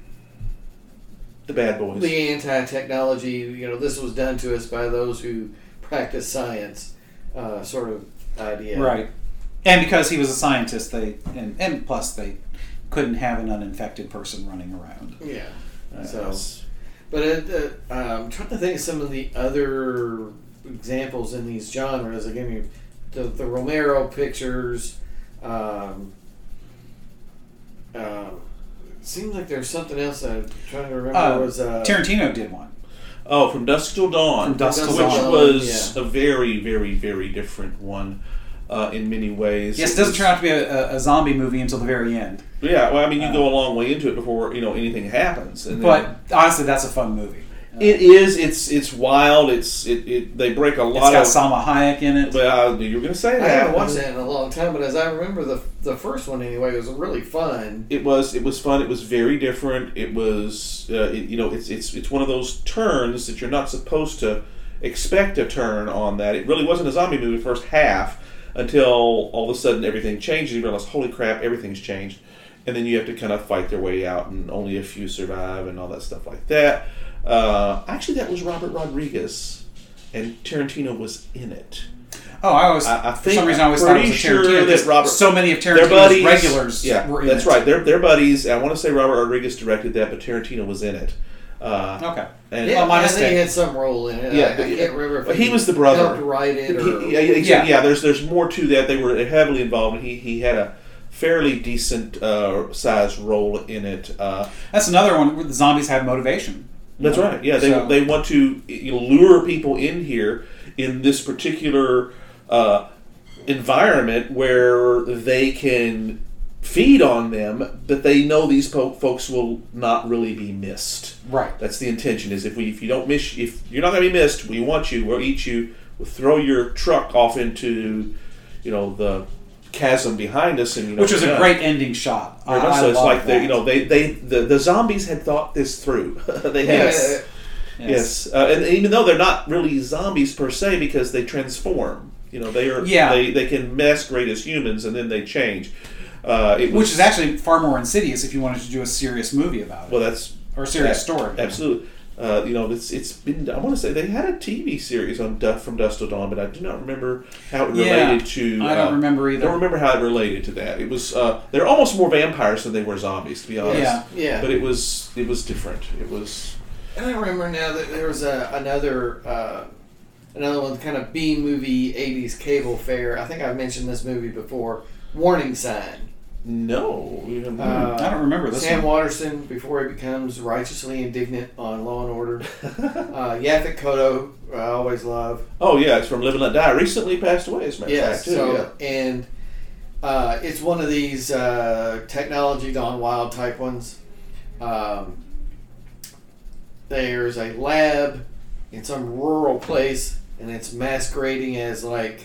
[SPEAKER 3] the bad boys.
[SPEAKER 2] the anti technology. You know, this was done to us by those who practice science, uh, sort of idea.
[SPEAKER 1] Right. And because he was a scientist, they and, and plus they couldn't have an uninfected person running around.
[SPEAKER 2] Yeah.
[SPEAKER 3] Uh,
[SPEAKER 2] So, but it, uh, I'm trying to think of some of the other examples in these genres. Again, you, the, the Romero pictures. Um, Uh, it seems like there's something else I'm trying to remember.
[SPEAKER 1] Uh,
[SPEAKER 2] was uh,
[SPEAKER 1] Tarantino did one.
[SPEAKER 3] Oh, from Dusk Till Dawn,
[SPEAKER 1] From Dusk Till
[SPEAKER 3] which
[SPEAKER 1] Dawn,
[SPEAKER 3] was a very, very, very different one uh, in many ways.
[SPEAKER 1] Yes, it
[SPEAKER 3] It
[SPEAKER 1] doesn't
[SPEAKER 3] was-
[SPEAKER 1] turn out to be a, a, a zombie movie until the very end.
[SPEAKER 3] Yeah, well, I mean, you go a long way into it before you know anything happens. And
[SPEAKER 1] Uh. But honestly, that's a fun movie.
[SPEAKER 3] then- it is, it's it's wild. It's it, it they break a
[SPEAKER 1] It's
[SPEAKER 3] lot
[SPEAKER 1] got
[SPEAKER 3] of.
[SPEAKER 1] Salma Hayek in it.
[SPEAKER 3] well, you were gonna say
[SPEAKER 2] I
[SPEAKER 3] that.
[SPEAKER 2] haven't watched that in a long time, but as I remember, the the first one anyway was really fun.
[SPEAKER 3] It was it was fun. It was very different. It was uh, it, you know it's it's it's one of those turns that you're not supposed to expect a turn on that. It really wasn't a zombie movie the first half until all of a sudden everything changes. You realize holy crap everything's changed, and then you have to kind of fight their way out, and only a few survive and all that stuff like that. Uh, actually, that was Robert Rodriguez, and Tarantino was in it.
[SPEAKER 1] Oh, I always
[SPEAKER 3] I- I
[SPEAKER 1] for
[SPEAKER 3] think-
[SPEAKER 1] some reason I always
[SPEAKER 3] I'm
[SPEAKER 1] thought it was a
[SPEAKER 3] pretty sure
[SPEAKER 1] Tarantino.
[SPEAKER 3] that
[SPEAKER 1] because
[SPEAKER 3] Robert-
[SPEAKER 1] so many of
[SPEAKER 3] Their
[SPEAKER 1] Tarantino's
[SPEAKER 3] buddies,
[SPEAKER 1] regulars.
[SPEAKER 3] yeah,
[SPEAKER 1] were in
[SPEAKER 3] that's
[SPEAKER 1] it.
[SPEAKER 3] right. They're, they're buddies. and I want to say Robert Rodriguez directed that, but Tarantino was in it. Uh,
[SPEAKER 1] Okay.
[SPEAKER 3] And
[SPEAKER 2] Yeah,
[SPEAKER 1] Well, my
[SPEAKER 2] I think he
[SPEAKER 1] mistake.
[SPEAKER 2] had some role in it.
[SPEAKER 3] Yeah,
[SPEAKER 2] I, I
[SPEAKER 3] but-
[SPEAKER 2] can't remember if
[SPEAKER 3] but he was the brother.
[SPEAKER 2] helped write it or
[SPEAKER 3] He- yeah, yeah,
[SPEAKER 1] Yeah.
[SPEAKER 3] yeah. there's there's more to that. They were heavily involved, and he, he had a fairly decent uh, sized role in it. Uh,
[SPEAKER 1] That's another one where the zombies have motivation.
[SPEAKER 3] that's right. Yeah, they,
[SPEAKER 1] So-
[SPEAKER 3] they want to you know, lure people in here in this particular uh, environment where they can feed on them, but they know these po- folks will not really be missed.
[SPEAKER 1] Right.
[SPEAKER 3] That's the intention. Is if we if you don't miss if you're not gonna be missed, we want you. We'll eat you. We'll throw your truck off into, you know, the chasm behind us, and you know,
[SPEAKER 1] Which was a
[SPEAKER 3] yeah.
[SPEAKER 1] great ending shot. I,
[SPEAKER 3] Very much
[SPEAKER 1] I
[SPEAKER 3] so it's
[SPEAKER 1] love
[SPEAKER 3] like
[SPEAKER 1] that.
[SPEAKER 3] they, you know, they, they the, the zombies had thought this through. they had,
[SPEAKER 2] Yes.
[SPEAKER 3] yes, Uh, and even though they're not really zombies per se, because they transform. You know, they are,
[SPEAKER 1] Yeah.
[SPEAKER 3] they, they can masquerade as humans and then they change. Uh, it
[SPEAKER 1] Which
[SPEAKER 3] was,
[SPEAKER 1] is actually far more insidious if you wanted to do a serious movie about it
[SPEAKER 3] well, that's
[SPEAKER 1] or a serious
[SPEAKER 3] ab-
[SPEAKER 1] story.
[SPEAKER 3] Absolutely. Uh, you know, it's it's been. I want to say they had a TV series on Du from Dust Till Dawn, but I do not remember how it
[SPEAKER 1] Yeah,
[SPEAKER 3] related to.
[SPEAKER 1] I don't
[SPEAKER 3] uh,
[SPEAKER 1] remember
[SPEAKER 3] I
[SPEAKER 1] either.
[SPEAKER 3] don't remember how it related to that. It was uh, they're almost more vampires than they were zombies, to be honest.
[SPEAKER 1] Yeah.
[SPEAKER 2] Yeah.
[SPEAKER 3] But it was it was different. It was
[SPEAKER 2] And I remember now that there was a, another uh, another one kind of B movie '80s cable fair. I think I've mentioned this movie before. Warning Sign.
[SPEAKER 3] no. you know,
[SPEAKER 2] Uh,
[SPEAKER 1] I don't remember this
[SPEAKER 2] Sam
[SPEAKER 1] one.
[SPEAKER 2] Waterston before he becomes righteously indignant on Law and Order.
[SPEAKER 3] hmm.
[SPEAKER 2] Uh, Yaphet Kotto, I always love.
[SPEAKER 3] oh yeah, it's from Live and Let Die. Recently passed away, as a matter of
[SPEAKER 2] Yeah.
[SPEAKER 3] fact. Too, yeah.
[SPEAKER 2] So and uh, it's one of these uh, technology gone wild type ones. Um, there's a lab in some rural place, and it's masquerading as like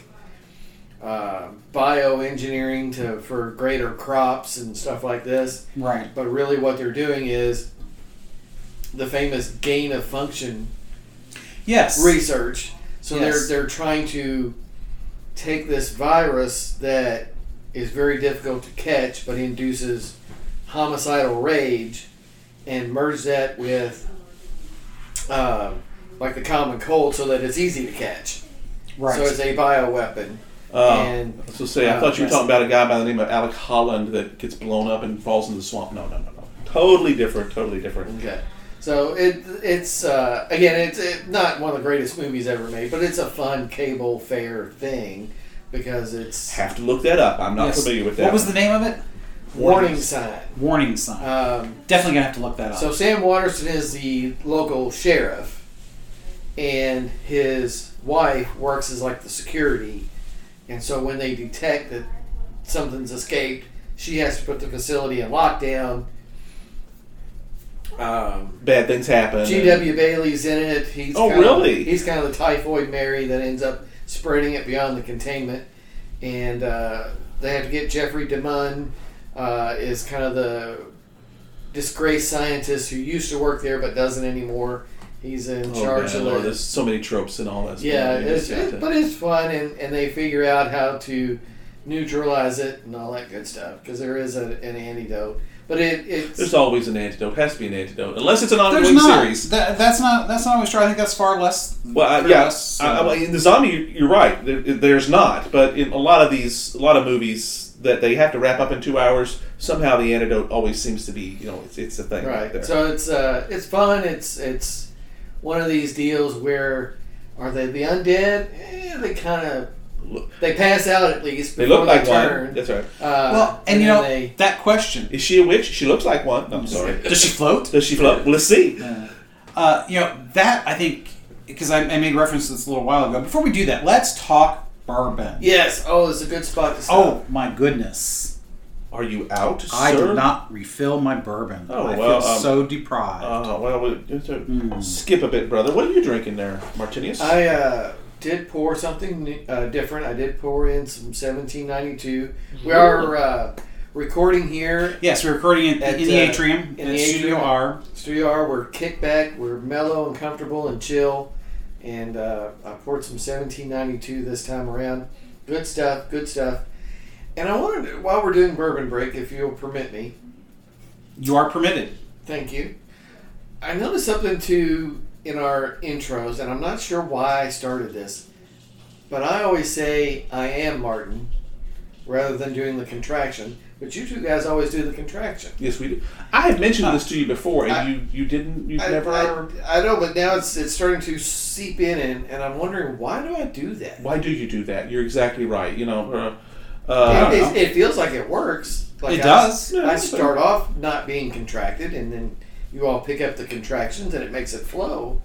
[SPEAKER 2] uh, bioengineering to for greater crops and stuff like this.
[SPEAKER 1] Right.
[SPEAKER 2] But really, what they're doing is the famous gain of function
[SPEAKER 1] Yes.
[SPEAKER 2] research. So
[SPEAKER 1] Yes.
[SPEAKER 2] they're they're trying to take this virus that is very difficult to catch, but induces homicidal rage, and merge that with um, like the common cold, so that it's easy to catch.
[SPEAKER 1] right. Oh.
[SPEAKER 2] So it's a bioweapon.
[SPEAKER 3] Uh,
[SPEAKER 2] and
[SPEAKER 3] I was gonna say, I
[SPEAKER 2] uh,
[SPEAKER 3] thought you were
[SPEAKER 1] yes.
[SPEAKER 3] talking about a guy by the name of Alec Holland that gets blown up and falls in the swamp. No, no, no, no. Totally different. Totally different.
[SPEAKER 2] okay. So it it's uh, again it's it, not one of the greatest movies ever made, but it's a fun cable fair thing because it's
[SPEAKER 3] Have to look that up. I'm not
[SPEAKER 1] Yes.
[SPEAKER 3] familiar with that.
[SPEAKER 1] What was the name of it?
[SPEAKER 2] warning sign.
[SPEAKER 1] Warning sign.
[SPEAKER 2] Um,
[SPEAKER 1] Definitely gonna have to look that up.
[SPEAKER 2] So Sam Waterston is the local sheriff, and his wife works as like the security. And so when they detect that something's escaped, she has to put the facility in lockdown. Um,
[SPEAKER 3] Bad things happen.
[SPEAKER 2] G.W. Bailey's in it. He's
[SPEAKER 3] Oh,
[SPEAKER 2] kind
[SPEAKER 3] really?
[SPEAKER 2] Of, he's kind of the typhoid Mary that ends up spreading it beyond the containment, and uh, they have to get Jeffrey DeMunn uh, is kind of the disgraced scientist who used to work there but doesn't anymore. He's in
[SPEAKER 3] Oh,
[SPEAKER 2] charge
[SPEAKER 3] man,
[SPEAKER 2] of
[SPEAKER 3] Lord,
[SPEAKER 2] the
[SPEAKER 3] there's so many tropes and all that.
[SPEAKER 2] yeah,
[SPEAKER 3] stuff.
[SPEAKER 2] it's,
[SPEAKER 3] just
[SPEAKER 2] it, but it's fun, and, and they figure out how to neutralize it and all that good stuff because there is a, an antidote. But it it's
[SPEAKER 3] there's always an antidote. Has to be an antidote, unless it's an
[SPEAKER 1] There's
[SPEAKER 3] ongoing
[SPEAKER 1] not.
[SPEAKER 3] series.
[SPEAKER 1] That, that's not. That's not always true. I think that's far less.
[SPEAKER 3] Well, uh,
[SPEAKER 1] far
[SPEAKER 3] yeah,
[SPEAKER 1] less,
[SPEAKER 3] I, I,
[SPEAKER 1] uh,
[SPEAKER 3] well, in the zombie, you- you're right. There, there's not, but in a lot of these, a lot of movies that they have to wrap up in two hours, somehow the antidote always seems to be, you know, it's, it's a thing.
[SPEAKER 2] right.
[SPEAKER 3] there.
[SPEAKER 2] So it's uh, it's fun. It's it's one of these deals where are they the undead? Eh, they kind of
[SPEAKER 3] look,
[SPEAKER 2] They pass out at least.
[SPEAKER 3] they
[SPEAKER 2] before
[SPEAKER 3] look like
[SPEAKER 2] turn.
[SPEAKER 3] one. That's right.
[SPEAKER 2] Uh,
[SPEAKER 1] well, and, you
[SPEAKER 2] then
[SPEAKER 1] know
[SPEAKER 2] they,
[SPEAKER 1] that question.
[SPEAKER 3] Is she a witch? She looks like one. I'm sorry.
[SPEAKER 1] Does she float?
[SPEAKER 3] Does she float? Well, let's see.
[SPEAKER 1] Uh, you know that I think because I, I made reference to this a little while ago. Before we do that, let's talk bourbon.
[SPEAKER 2] yes. Oh, it's a good spot to stop.
[SPEAKER 1] Oh my goodness!
[SPEAKER 3] Are you out, sir?
[SPEAKER 1] I did not refill my bourbon.
[SPEAKER 3] Oh,
[SPEAKER 1] I
[SPEAKER 3] well,
[SPEAKER 1] feel
[SPEAKER 3] um,
[SPEAKER 1] so deprived.
[SPEAKER 3] Oh well, we, it's a- skip a bit, brother. What are you drinking there, Martinius?
[SPEAKER 2] Hmm. I uh, did pour something uh, different. I did pour in some 1792. We are uh, recording here,
[SPEAKER 1] yes, we're recording in,
[SPEAKER 2] At,
[SPEAKER 1] in the
[SPEAKER 2] uh,
[SPEAKER 1] atrium
[SPEAKER 2] in
[SPEAKER 1] at
[SPEAKER 2] the
[SPEAKER 1] Studio
[SPEAKER 2] atrium.
[SPEAKER 1] R.
[SPEAKER 2] Studio R. We're kicked back. We're mellow and comfortable and chill. And uh, I poured some 1792 this time around. Good stuff. Good stuff. And I wanted, to- while we're doing bourbon break, if you'll permit me,
[SPEAKER 1] You are permitted.
[SPEAKER 2] Thank you. I noticed something too in our intros, and I'm not sure why I started this, but I always say I am Martin rather than doing the contraction. But you two guys always do the contraction.
[SPEAKER 3] yes, we do. I had mentioned
[SPEAKER 1] Huh.
[SPEAKER 3] this to you before, and
[SPEAKER 2] Uh, I-
[SPEAKER 3] you you didn't. You
[SPEAKER 2] I,
[SPEAKER 3] never.
[SPEAKER 2] I, I know, but now it's it's starting to seep in, and, and I'm wondering why do I do that?
[SPEAKER 3] why do you do that? You're exactly right. You know. Uh,
[SPEAKER 1] I
[SPEAKER 3] uh,
[SPEAKER 1] don't
[SPEAKER 2] it,
[SPEAKER 1] know.
[SPEAKER 2] it, it feels like it works. Like
[SPEAKER 1] it
[SPEAKER 2] I-
[SPEAKER 1] does.
[SPEAKER 3] Yeah,
[SPEAKER 2] I
[SPEAKER 3] so-
[SPEAKER 2] start off not being contracted, and then you all pick up the contractions, and it makes it flow.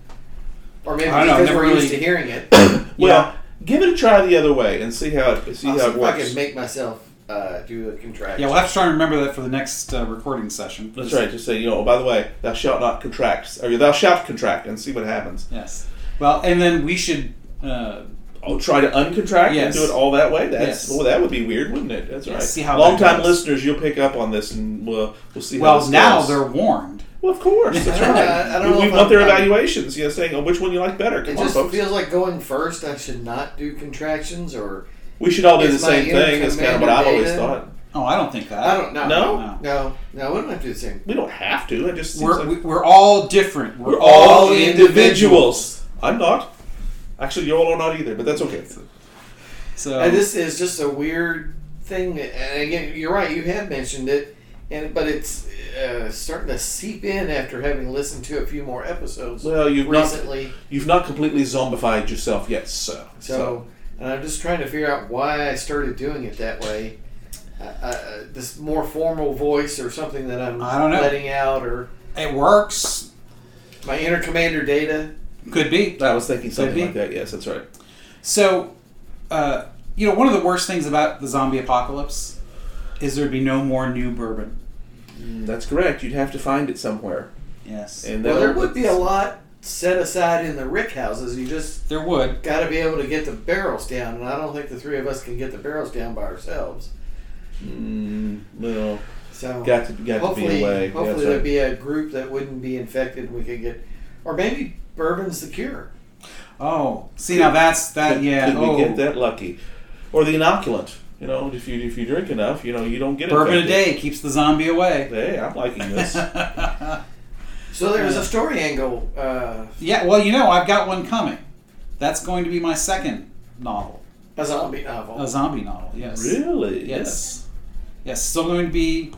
[SPEAKER 2] Or maybe
[SPEAKER 1] I don't know,
[SPEAKER 2] because
[SPEAKER 1] never
[SPEAKER 2] we're used
[SPEAKER 1] really-
[SPEAKER 2] to hearing it.
[SPEAKER 3] Well, give it a try the other way and see how it see
[SPEAKER 2] I'll
[SPEAKER 3] how
[SPEAKER 2] see
[SPEAKER 3] it
[SPEAKER 2] if I
[SPEAKER 3] works.
[SPEAKER 2] can make myself uh, do a contraction.
[SPEAKER 1] Yeah, we'll have to try and remember that for the next uh, recording session.
[SPEAKER 3] That's right. Just say, you know, oh, by the way, thou shalt not contract, or thou shalt contract, and see what happens.
[SPEAKER 1] Yes. Well, and then we should. Uh,
[SPEAKER 3] Oh, try to uncontract
[SPEAKER 1] Yes.
[SPEAKER 3] and do it all that way.
[SPEAKER 1] Yes.
[SPEAKER 3] That's well, that would be weird, wouldn't it? That's
[SPEAKER 1] Yeah,
[SPEAKER 3] right.
[SPEAKER 1] see how that
[SPEAKER 3] Long time
[SPEAKER 1] goes.
[SPEAKER 3] listeners, you'll pick up on this, and we'll we'll see. how
[SPEAKER 1] well,
[SPEAKER 3] this
[SPEAKER 1] now
[SPEAKER 3] goes.
[SPEAKER 1] they're warned.
[SPEAKER 3] well, of course, that's
[SPEAKER 2] I don't-
[SPEAKER 3] right.
[SPEAKER 2] I- I don't
[SPEAKER 3] we,
[SPEAKER 2] know
[SPEAKER 3] we
[SPEAKER 2] if
[SPEAKER 3] want
[SPEAKER 2] I'm-
[SPEAKER 3] their
[SPEAKER 2] I'm-
[SPEAKER 3] evaluations. You know, saying, oh, which one you like better? Come
[SPEAKER 2] It
[SPEAKER 3] on,
[SPEAKER 2] just
[SPEAKER 3] folks.
[SPEAKER 2] feels like going first. I should not do contractions, or
[SPEAKER 3] we should all do the
[SPEAKER 2] Is my
[SPEAKER 3] same
[SPEAKER 2] inner
[SPEAKER 3] thing. That's kind of what I've always
[SPEAKER 2] commander
[SPEAKER 3] thought.
[SPEAKER 1] Oh, I don't think that.
[SPEAKER 2] I don't know.
[SPEAKER 3] No?
[SPEAKER 1] No.
[SPEAKER 2] no, no. We don't have to do the same.
[SPEAKER 3] We don't have to. It just seems
[SPEAKER 1] We're,
[SPEAKER 3] like
[SPEAKER 1] we- we're all different.
[SPEAKER 3] we're all individuals. I'm not. Actually, you all are not either, but that's okay.
[SPEAKER 1] So
[SPEAKER 2] And this is just a weird thing. And again, you're right. You have mentioned it, and but it's uh, starting to seep in after having listened to a few more episodes
[SPEAKER 3] Well, you've not
[SPEAKER 2] recently.
[SPEAKER 3] You've not completely zombified yourself yet, sir.
[SPEAKER 2] So, and I'm just trying to figure out why I started doing it that way. Uh, uh, this more formal voice or something that I'm
[SPEAKER 1] I don't know.
[SPEAKER 2] letting out, or
[SPEAKER 1] it works.
[SPEAKER 2] my inner commander data.
[SPEAKER 1] Could be.
[SPEAKER 3] I was thinking something
[SPEAKER 1] Could be.
[SPEAKER 3] like that. Yes, that's right.
[SPEAKER 1] So, uh, you know, one of the worst things about the zombie apocalypse is there'd be no more new bourbon.
[SPEAKER 3] That's correct. You'd have to find it somewhere,
[SPEAKER 1] Yes.
[SPEAKER 3] and
[SPEAKER 2] Well,
[SPEAKER 3] that
[SPEAKER 2] there would be a lot set aside in the rick houses. You just
[SPEAKER 1] there would.
[SPEAKER 2] got to be able to get the barrels down, and I don't think the three of us can get the barrels down by ourselves.
[SPEAKER 3] Mm, well,
[SPEAKER 2] So
[SPEAKER 3] got to got to be
[SPEAKER 2] hopefully,
[SPEAKER 3] a way.
[SPEAKER 2] hopefully
[SPEAKER 3] That's
[SPEAKER 2] there'd
[SPEAKER 3] right.
[SPEAKER 2] be a group that wouldn't be infected. We could get, or maybe bourbon's the cure.
[SPEAKER 1] Oh, see now that's that.
[SPEAKER 3] Could-
[SPEAKER 1] yeah.
[SPEAKER 3] Could
[SPEAKER 1] oh,
[SPEAKER 3] we get that lucky, or the inoculant? You know, if you if you drink enough, you know you don't get
[SPEAKER 1] bourbon a
[SPEAKER 3] infected.
[SPEAKER 1] day keeps the zombie away.
[SPEAKER 3] Hey, I'm liking this.
[SPEAKER 2] So there's a story angle. Uh,
[SPEAKER 1] Yeah, well, you know, I've got one coming. That's going to be my second novel,
[SPEAKER 2] a zombie novel.
[SPEAKER 3] Uh,
[SPEAKER 1] a zombie novel. Yes.
[SPEAKER 3] really?
[SPEAKER 1] Yes. Yes. Still going to be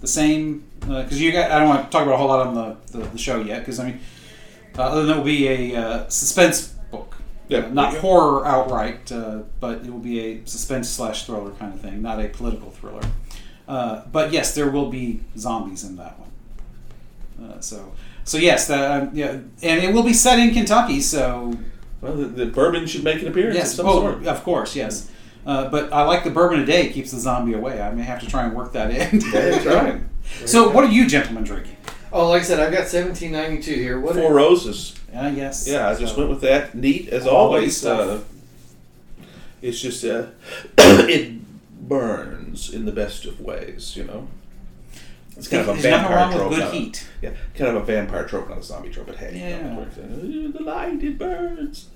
[SPEAKER 1] the same because you got. I don't want to talk about a whole lot on the, the, the show yet because I mean, uh, other than it will be a uh, suspense book.
[SPEAKER 3] Yeah.
[SPEAKER 1] Uh, not horror outright, uh, but it will be a suspense slash thriller kind of thing, not a political thriller. Uh, but yes, there will be zombies in that one. Uh, so, so yes, that, um, yeah, and it will be set in Kentucky. So
[SPEAKER 3] Well, the, the bourbon should make an appearance of
[SPEAKER 1] Yes,
[SPEAKER 3] some
[SPEAKER 1] oh,
[SPEAKER 3] sort.
[SPEAKER 1] of course, yes. Uh, but I like the bourbon a day keeps the zombie away. I may have to try and work that in.
[SPEAKER 3] That's right.
[SPEAKER 1] so, what are you gentlemen drinking?
[SPEAKER 2] Oh, like I said, I've got 1792 here. What?
[SPEAKER 3] Four roses.
[SPEAKER 1] Uh, yes.
[SPEAKER 3] Yeah, I just
[SPEAKER 1] So-
[SPEAKER 3] went with that. Neat as
[SPEAKER 1] Always
[SPEAKER 3] always.
[SPEAKER 1] stuff.
[SPEAKER 3] Uh, it's just uh, it burns in the best of ways, you know. It's kind of a
[SPEAKER 1] There's nothing
[SPEAKER 3] vampire
[SPEAKER 1] wrong with
[SPEAKER 3] trope.
[SPEAKER 1] good
[SPEAKER 3] not-
[SPEAKER 1] heat.
[SPEAKER 3] Yeah, kind of a vampire trope, not a zombie trope. But hey, you know, it's- "Ooh, the light it burns.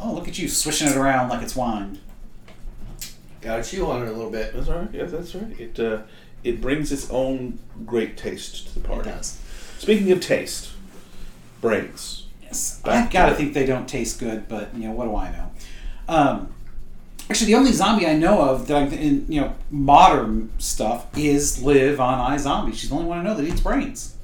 [SPEAKER 1] Oh, look at you swishing it around like it's wine.
[SPEAKER 2] Got to chew on it a little bit.
[SPEAKER 3] That's right. Yeah, that's right. It uh, it brings its own great taste to the
[SPEAKER 1] It
[SPEAKER 3] party.
[SPEAKER 1] does.
[SPEAKER 3] Speaking of taste, brains.
[SPEAKER 1] Yes.
[SPEAKER 3] Back
[SPEAKER 1] I've got to
[SPEAKER 3] to it.
[SPEAKER 1] think they don't taste good, but you know what do I know? Um, actually, the only zombie I know of that I'm in you know modern stuff is Live on iZombie. She's the only one I know that eats brains.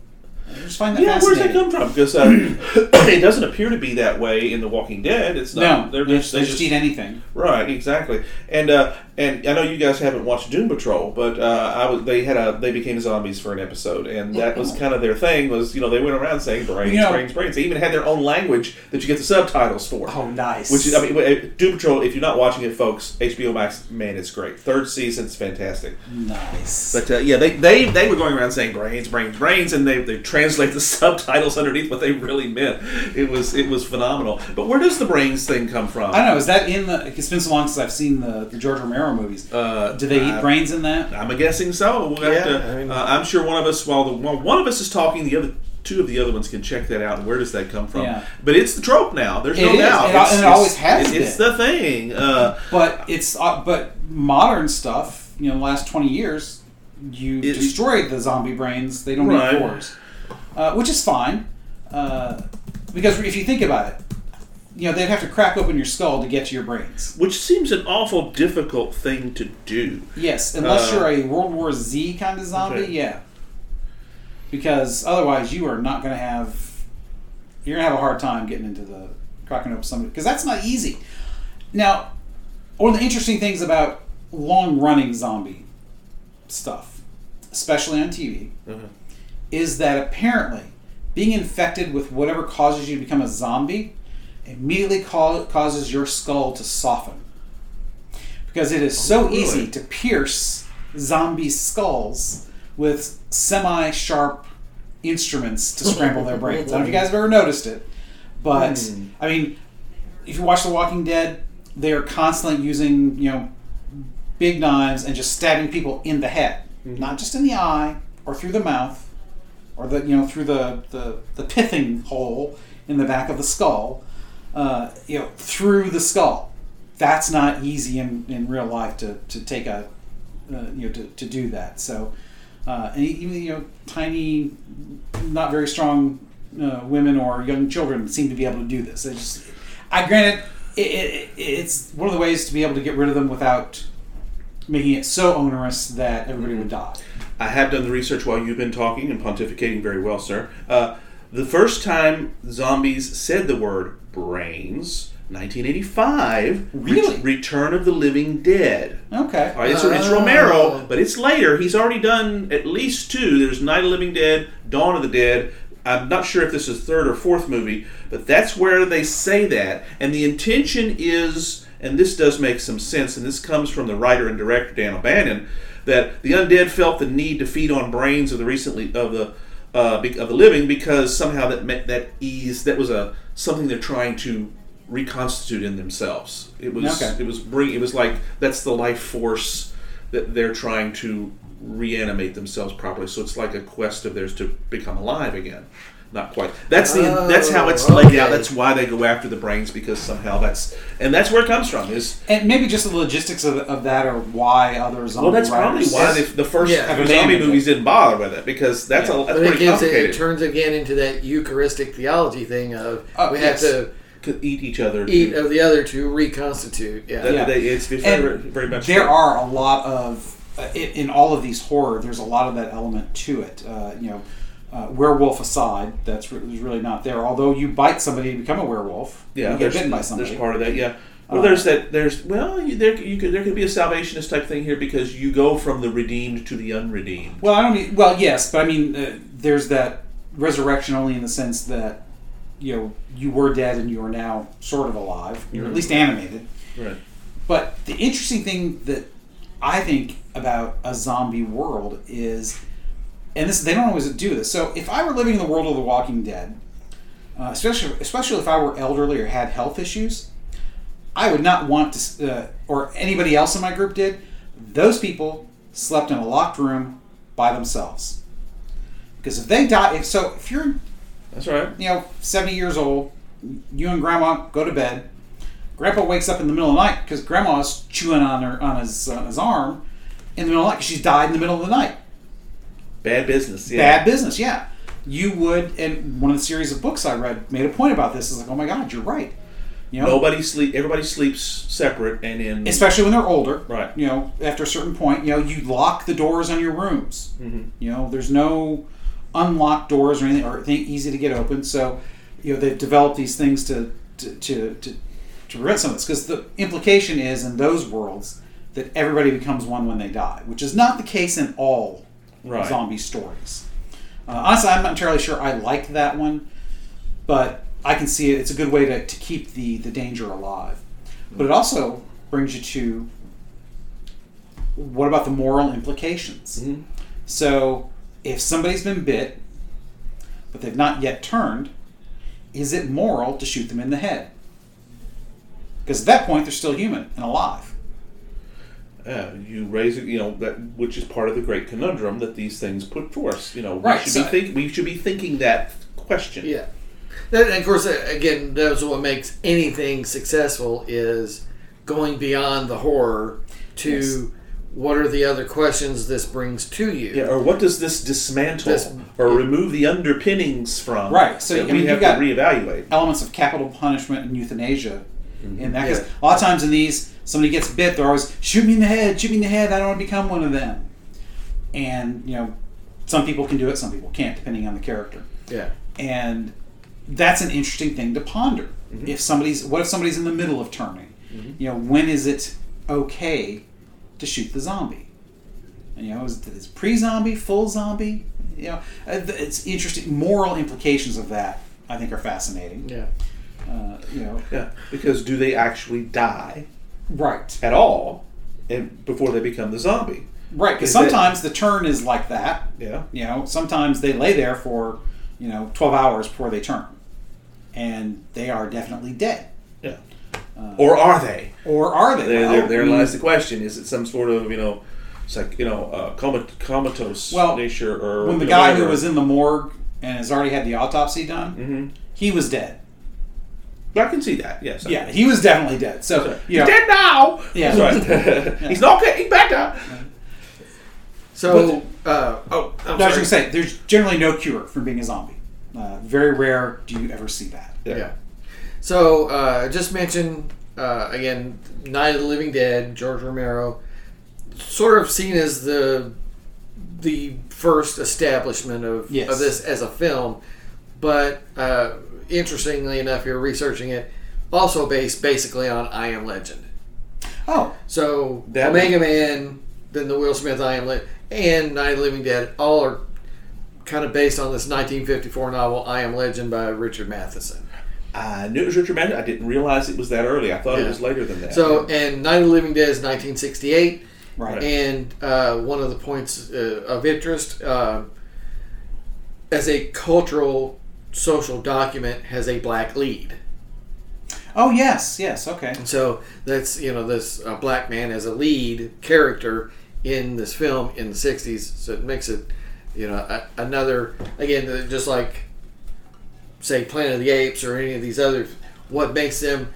[SPEAKER 1] I just find that
[SPEAKER 3] Yeah, where's
[SPEAKER 1] fascinating.
[SPEAKER 3] that come from? Because uh, it doesn't appear to be that way in The Walking Dead. It's not.
[SPEAKER 1] no,
[SPEAKER 3] they're
[SPEAKER 1] they
[SPEAKER 3] just, they just
[SPEAKER 1] eat anything.
[SPEAKER 3] Right, exactly, and uh, and I know you guys haven't watched Doom Patrol, but uh, I was they had a they became zombies for an episode, and that was kind of their thing was you know they went around saying brains,
[SPEAKER 1] You know-
[SPEAKER 3] brains, brains. They even had their own language that you get the subtitles for.
[SPEAKER 1] Oh, nice.
[SPEAKER 3] Which is, I mean, wait, uh, Doom Patrol. If you're not watching it, folks, HBO Max, man, it's great. Third season's fantastic.
[SPEAKER 1] nice.
[SPEAKER 3] But uh, yeah, they, they they were going around saying brains, brains, brains, and they they translate the subtitles underneath what they really meant. It was it was phenomenal. But where does the brains thing come from?
[SPEAKER 1] I don't know. Is that in the? It's been so long since I've seen the, the George Romero movies.
[SPEAKER 3] Uh,
[SPEAKER 1] Do they eat
[SPEAKER 3] I-
[SPEAKER 1] brains in that?
[SPEAKER 3] I'm guessing so. We'll have
[SPEAKER 2] Yeah,
[SPEAKER 3] to,
[SPEAKER 2] I mean-
[SPEAKER 3] uh, I'm sure one of us, while the while one of us is talking, the other two of the other ones can check that out. And where does that come from?
[SPEAKER 1] Yeah.
[SPEAKER 3] But it's the trope now. There's
[SPEAKER 1] It
[SPEAKER 3] no
[SPEAKER 1] is.
[SPEAKER 3] doubt.
[SPEAKER 1] It al- and it always has
[SPEAKER 3] it- It's
[SPEAKER 1] been.
[SPEAKER 3] the thing. Uh,
[SPEAKER 1] But it's uh, but modern stuff. You know, the last twenty years, you
[SPEAKER 3] It-
[SPEAKER 1] destroyed the zombie brains. They don't
[SPEAKER 3] Right.
[SPEAKER 1] need cores, uh, which is fine. Uh, because if you think about it, you know they'd have to crack open your skull to get to your brains.
[SPEAKER 3] which seems an awful difficult thing to do.
[SPEAKER 1] Yes, unless
[SPEAKER 3] Uh,
[SPEAKER 1] you're a World War Z kind of zombie,
[SPEAKER 3] Okay.
[SPEAKER 1] yeah. Because otherwise, you are not going to have you're going to have a hard time getting into the cracking open somebody because that's not easy. Now, one of the interesting things about long running zombie stuff, especially on TV, is that apparently being infected with whatever causes you to become a zombie immediately ca- causes your skull to soften because it is so
[SPEAKER 3] really?
[SPEAKER 1] easy to pierce zombie skulls with semi-sharp instruments to scramble their brains. I don't know if you guys have ever noticed it, but I mean, if you watch The Walking Dead, they are constantly using you know big knives and just stabbing people in the head, not just in the eye or through the mouth or the you know through the the, the pithing hole in the back of the skull, uh, you know through the skull. That's not easy in, in real life to, to take a uh, you know to, to do that. So uh, and even you know tiny, not very strong uh, women or young children seem to be able to do this. They just I granted it, it, it's one of the ways to be able to get rid of them without making it so onerous that everybody would die.
[SPEAKER 3] I have done the research while you've been talking and pontificating very well, sir. Uh, the first time zombies said the word brains, 1985, Ret-
[SPEAKER 1] Really?
[SPEAKER 3] Return of the Living Dead.
[SPEAKER 1] Okay.
[SPEAKER 3] All right, it's, it's
[SPEAKER 2] Ah.
[SPEAKER 3] Romero, but it's later. He's already done at least two. There's Night of the Living Dead, Dawn of the Dead. I'm not sure if this is third or fourth movie, but that's where they say that. And the intention is, and this does make some sense, and this comes from the writer and director Dan O'Bannon, that the undead felt the need to feed on brains of the recently of the uh, be- of the living because somehow that meant that ease that was a something they're trying to reconstitute in themselves. It was
[SPEAKER 1] Okay.
[SPEAKER 3] it was bring it was like that's the life force that they're trying to reanimate themselves properly so it's like a quest of theirs to become alive again not quite that's the
[SPEAKER 2] Oh,
[SPEAKER 3] that's how it's laid out
[SPEAKER 2] okay.
[SPEAKER 3] that's why they go after the brains because somehow that's and that's where it comes from is
[SPEAKER 1] And maybe just the logistics of, of that or why other zombie
[SPEAKER 3] well that's probably
[SPEAKER 1] writers-
[SPEAKER 3] why they, the first
[SPEAKER 2] Yeah.
[SPEAKER 1] Have
[SPEAKER 3] zombie
[SPEAKER 1] abandoned it.
[SPEAKER 3] movies didn't bother with it because that's
[SPEAKER 1] Yeah.
[SPEAKER 3] a that's
[SPEAKER 2] but it
[SPEAKER 3] pretty
[SPEAKER 2] gives it, it
[SPEAKER 3] complicated
[SPEAKER 2] turns again into that Eucharistic theology thing of
[SPEAKER 3] Uh,
[SPEAKER 1] Oh,
[SPEAKER 2] we
[SPEAKER 1] yes.
[SPEAKER 2] have to
[SPEAKER 3] to eat each other
[SPEAKER 2] eat of the other to reconstitute. Yeah.
[SPEAKER 3] That-
[SPEAKER 1] Yeah.
[SPEAKER 3] they- it's it's
[SPEAKER 1] And
[SPEAKER 3] very, very much
[SPEAKER 1] There are a lot of uh, in, in all of these horror. There's a lot of that element to it. Uh, you know, uh, werewolf aside, that's re- is really not there. Although you bite somebody to become a werewolf,
[SPEAKER 3] yeah
[SPEAKER 1] you get
[SPEAKER 3] there's,
[SPEAKER 1] bitten by
[SPEAKER 3] there's
[SPEAKER 1] somebody.
[SPEAKER 3] part of that yeah well
[SPEAKER 1] Uh,
[SPEAKER 3] there's that there's well you, there you could there could be a salvationist type thing here because you go from the redeemed to the unredeemed
[SPEAKER 1] Well, I don't mean. Well, yes, but I mean, uh, there's that resurrection only in the sense that you know you were dead and you are now sort of alive. You're
[SPEAKER 3] Mm-hmm.
[SPEAKER 1] at least animated.
[SPEAKER 3] right
[SPEAKER 1] But the interesting thing that I think about a zombie world is, and this they don't always do this. So if I were living in the world of The Walking Dead, uh, especially especially if I were elderly or had health issues, I would not want to, uh, or anybody else in my group did. Those people slept in a locked room by themselves because if they die, if so, if you're
[SPEAKER 3] that's right
[SPEAKER 1] you know, 70 years old, you and grandma go to bed. Grandpa wakes up in the middle of the night because grandma's chewing on her on his on his arm in the middle of the night 'cause she's died in the middle of the night.
[SPEAKER 3] Bad business. Yeah.
[SPEAKER 1] Bad business, yeah. You would, and one of the series of books I read made a point about this. It's like, oh my God, you're right. You know,
[SPEAKER 3] Nobody sleep. Everybody sleeps separate and in.
[SPEAKER 1] especially when they're older.
[SPEAKER 3] Right.
[SPEAKER 1] You
[SPEAKER 3] Mm-hmm.
[SPEAKER 1] know, after a certain point, you know, you lock the doors on your rooms. You know, there's no unlocked doors or anything, or anything easy to get open. So, you know, they've developed these things to to to, to, to prevent some of this because the implication is in those worlds that everybody becomes one when they die, which is not the case in all
[SPEAKER 3] Right.
[SPEAKER 1] zombie stories. Uh, honestly, I'm not entirely sure I like that one, but I can see it. It's a good way to, to keep the, the danger alive. But it also brings you to what about the moral implications?
[SPEAKER 3] Mhm.
[SPEAKER 1] So, if somebody's been bit, but they've not yet turned, is it moral to shoot them in the head? Because at that point, they're still human and alive.
[SPEAKER 3] Yeah, uh, you raise it, you know that which is part of the great conundrum that these things put forth. You know,
[SPEAKER 1] Right,
[SPEAKER 3] We should,
[SPEAKER 1] so-
[SPEAKER 3] be think, we should be thinking that question.
[SPEAKER 2] Yeah. That, and of course, uh, again, that's what makes anything successful is going beyond the horror to
[SPEAKER 1] Yes.
[SPEAKER 2] what are the other questions this brings to you.
[SPEAKER 3] Yeah, or what does this dismantle
[SPEAKER 2] This-
[SPEAKER 3] or remove the underpinnings from?
[SPEAKER 1] Right, so,
[SPEAKER 3] that
[SPEAKER 1] I mean,
[SPEAKER 3] we
[SPEAKER 1] you've
[SPEAKER 3] have
[SPEAKER 1] got-
[SPEAKER 3] to reevaluate.
[SPEAKER 1] Elements of capital punishment and euthanasia. In that,
[SPEAKER 2] Yeah.
[SPEAKER 1] case, a lot of times in these, somebody gets bit, they're always shoot me in the head, shoot me in the head. I don't want to become one of them. And you know, some people can do it, some people can't, depending on the character.
[SPEAKER 2] Yeah.
[SPEAKER 1] and that's an interesting thing to ponder. If somebody's, what if somebody's in the middle of turning? You know, when is it okay to shoot the zombie? You know, is it is it pre-zombie, full zombie? You know, uh, th- it's interesting. Moral implications of that, I think, are fascinating.
[SPEAKER 2] Yeah.
[SPEAKER 1] Uh, you know,
[SPEAKER 3] Yeah, because do they actually die
[SPEAKER 1] right,
[SPEAKER 3] at all, and before they become the zombie?
[SPEAKER 1] right. Because
[SPEAKER 3] Is that-
[SPEAKER 1] sometimes the turn is like that.
[SPEAKER 3] Yeah.
[SPEAKER 1] You know, sometimes they lay there for you know twelve hours before they turn, and they are definitely dead.
[SPEAKER 3] Yeah. or are they?
[SPEAKER 1] Or are they?
[SPEAKER 3] Uh, There,
[SPEAKER 1] Well,
[SPEAKER 3] there, there
[SPEAKER 1] I mean,
[SPEAKER 3] lies the question: Is it some sort of you know, it's like you know, uh, coma, comatose
[SPEAKER 1] Well,
[SPEAKER 3] nature or
[SPEAKER 1] when the
[SPEAKER 3] you know,
[SPEAKER 1] guy who
[SPEAKER 3] whatever.
[SPEAKER 1] was in the morgue and has already had the autopsy done, he was dead.
[SPEAKER 3] I can see that. Yes. I
[SPEAKER 1] Yeah, he was definitely dead. So you know,
[SPEAKER 3] He's dead now.
[SPEAKER 1] Yeah.
[SPEAKER 3] That's right. He's not getting better.
[SPEAKER 2] So, uh, oh, I'm
[SPEAKER 1] I was
[SPEAKER 2] sorry.
[SPEAKER 1] going to say, there's generally no cure from being a zombie. Uh, very rare do you ever see that.
[SPEAKER 2] Yeah. So, uh, just mention uh, again, Night of the Living Dead, George Romero, sort of seen as the the first establishment of,
[SPEAKER 1] Yes.
[SPEAKER 2] of this as a film, but uh, interestingly enough, you're researching it, also based basically on I Am Legend.
[SPEAKER 1] Oh,
[SPEAKER 2] So
[SPEAKER 3] That-
[SPEAKER 2] Omega Man, then the Will Smith I Am Legend, and Night of the Living Dead all are kind of based on this 1954 novel I Am Legend by Richard Matheson.
[SPEAKER 3] I knew it was Richard Madden. I didn't realize it was that early. I thought
[SPEAKER 2] Yeah.
[SPEAKER 3] it was later than that.
[SPEAKER 2] So, and Night of the Living Dead is 1968,
[SPEAKER 1] right.
[SPEAKER 2] and uh, one of the points uh, of interest uh, as a cultural social document has a black lead.
[SPEAKER 1] Oh, yes, yes, okay.
[SPEAKER 2] So that's you know this uh, black man as a lead character in this film in the 60s. So it makes it you know a, another again uh, just like say Planet of the Apes or any of these others. What makes them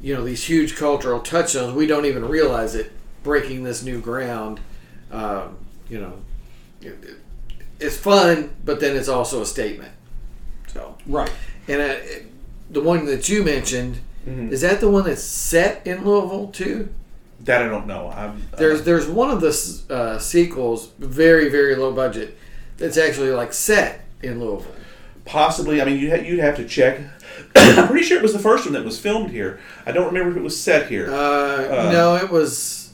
[SPEAKER 2] you know these huge cultural touchstones? We don't even realize it breaking this new ground. Um, you know, it, it- it's fun, but then it's also a statement. So.
[SPEAKER 1] Right.
[SPEAKER 2] And uh, the one that you mentioned
[SPEAKER 1] Mm-hmm.
[SPEAKER 2] is that the one that's set in Louisville too?
[SPEAKER 3] that I don't know. I'm,
[SPEAKER 2] There's
[SPEAKER 1] Uh-huh.
[SPEAKER 3] uh,
[SPEAKER 2] there's one of the s- uh, sequels, very very low budget, that's actually like set in Louisville.
[SPEAKER 3] possibly. I mean, you'd, ha- you'd have to check. I'm pretty sure it was the first one that was filmed here. I don't remember if it was set here.
[SPEAKER 2] Uh, no, it was.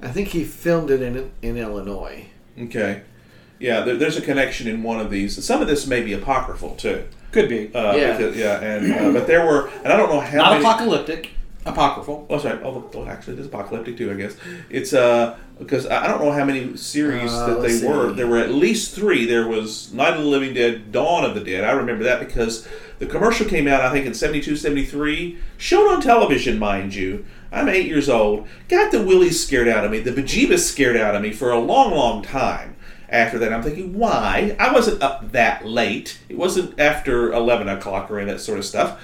[SPEAKER 2] I think he filmed it in in Illinois.
[SPEAKER 3] okay. Yeah, there, there's a connection in one of these. Some of this may be apocryphal too.
[SPEAKER 1] Could be.
[SPEAKER 3] Uh,
[SPEAKER 2] Yeah.
[SPEAKER 3] because- yeah. And uh, but there were, and I don't know how
[SPEAKER 1] Not
[SPEAKER 3] many.
[SPEAKER 1] apocalyptic, apocryphal.
[SPEAKER 3] Oh, sorry. Oh, well, actually, it is apocalyptic too. I guess it's uh because I I don't know how many series
[SPEAKER 2] Uh,
[SPEAKER 3] that they
[SPEAKER 2] let's
[SPEAKER 3] were.
[SPEAKER 2] see.
[SPEAKER 3] There were at least three. There was Night of the Living Dead, Dawn of the Dead. I remember that because the commercial came out. I think in 72, 73. Showed on television, mind you. I'm eight years old. Got the willies scared out of me. The bejeebus scared out of me for a long, long time. After that, I'm thinking, why? I wasn't up that late. It wasn't after 11 o'clock or any of that sort of stuff.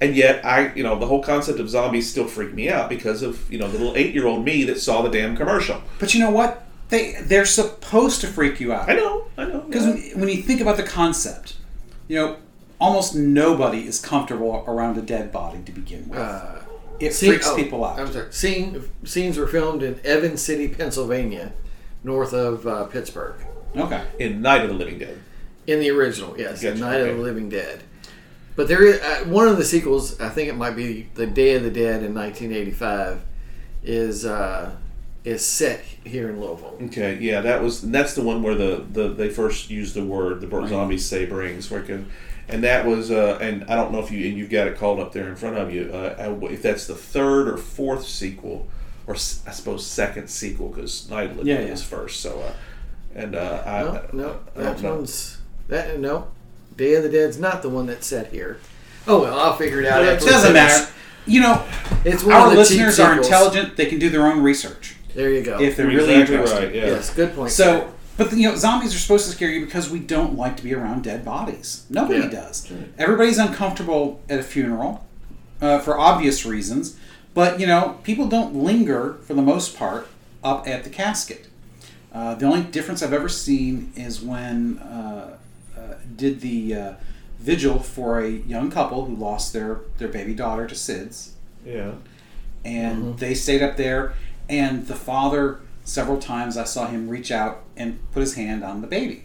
[SPEAKER 3] And yet, I, you know, the whole concept of zombies still freaked me out because of, you know, the little eight year old me that saw the damn commercial.
[SPEAKER 1] But you know what? They, they're supposed to freak you out.
[SPEAKER 3] I know, I know.
[SPEAKER 1] Because
[SPEAKER 3] yeah.
[SPEAKER 1] when, when you think about the concept, you know, almost nobody is comfortable around a dead body to begin with.
[SPEAKER 2] Uh,
[SPEAKER 1] it
[SPEAKER 2] scene-
[SPEAKER 1] freaks
[SPEAKER 2] oh,
[SPEAKER 1] people out.
[SPEAKER 2] I'm sorry. Scene, scenes were filmed in Evan City, Pennsylvania, north of uh, Pittsburgh.
[SPEAKER 1] Okay.
[SPEAKER 3] in Night of the Living Dead.
[SPEAKER 2] In the original, yes,
[SPEAKER 3] Gotcha,
[SPEAKER 2] Night of
[SPEAKER 3] okay.
[SPEAKER 2] the Living Dead. But there is uh, one of the sequels. I think it might be the Day of the Dead in 1985. Is uh, is set here in Louisville.
[SPEAKER 3] Okay, yeah, that was and that's the one where the, the they first used the word the bird zombies say brings where it can, and that was uh, and I don't know if you and you've got it called up there in front of you uh, I- if that's the third or fourth sequel or s- I suppose second sequel because Night of the
[SPEAKER 1] Yeah,
[SPEAKER 3] Living
[SPEAKER 1] yeah.
[SPEAKER 3] is first so uh, and uh, I
[SPEAKER 2] No, no,
[SPEAKER 3] I don't
[SPEAKER 2] that
[SPEAKER 3] know.
[SPEAKER 2] one's that no. Day of the Dead's not the one that's set here. Oh well, I'll figure it out.
[SPEAKER 1] It
[SPEAKER 2] after we
[SPEAKER 1] doesn't
[SPEAKER 2] figure it
[SPEAKER 1] matter. You know,
[SPEAKER 2] out. It's one of
[SPEAKER 1] our
[SPEAKER 2] the cheap
[SPEAKER 1] listeners are
[SPEAKER 2] sequels.
[SPEAKER 1] intelligent. They can do their own research
[SPEAKER 2] There you go.
[SPEAKER 1] if they're
[SPEAKER 3] You're
[SPEAKER 1] really
[SPEAKER 3] exactly
[SPEAKER 1] interested.
[SPEAKER 3] right, yeah.
[SPEAKER 2] Yes, good point.
[SPEAKER 1] So, but you know, zombies are supposed to scare you because we don't like to be around dead bodies. Nobody
[SPEAKER 2] Yeah.
[SPEAKER 1] does. Everybody's uncomfortable at a funeral uh, for obvious reasons, but you know, people don't linger for the most part up at the casket. Uh, the only difference I've ever seen is when uh, uh, did the uh, vigil for a young couple who lost their their baby daughter to SIDS
[SPEAKER 3] yeah
[SPEAKER 1] and they stayed up there and the father several times i saw him reach out and put his hand on the baby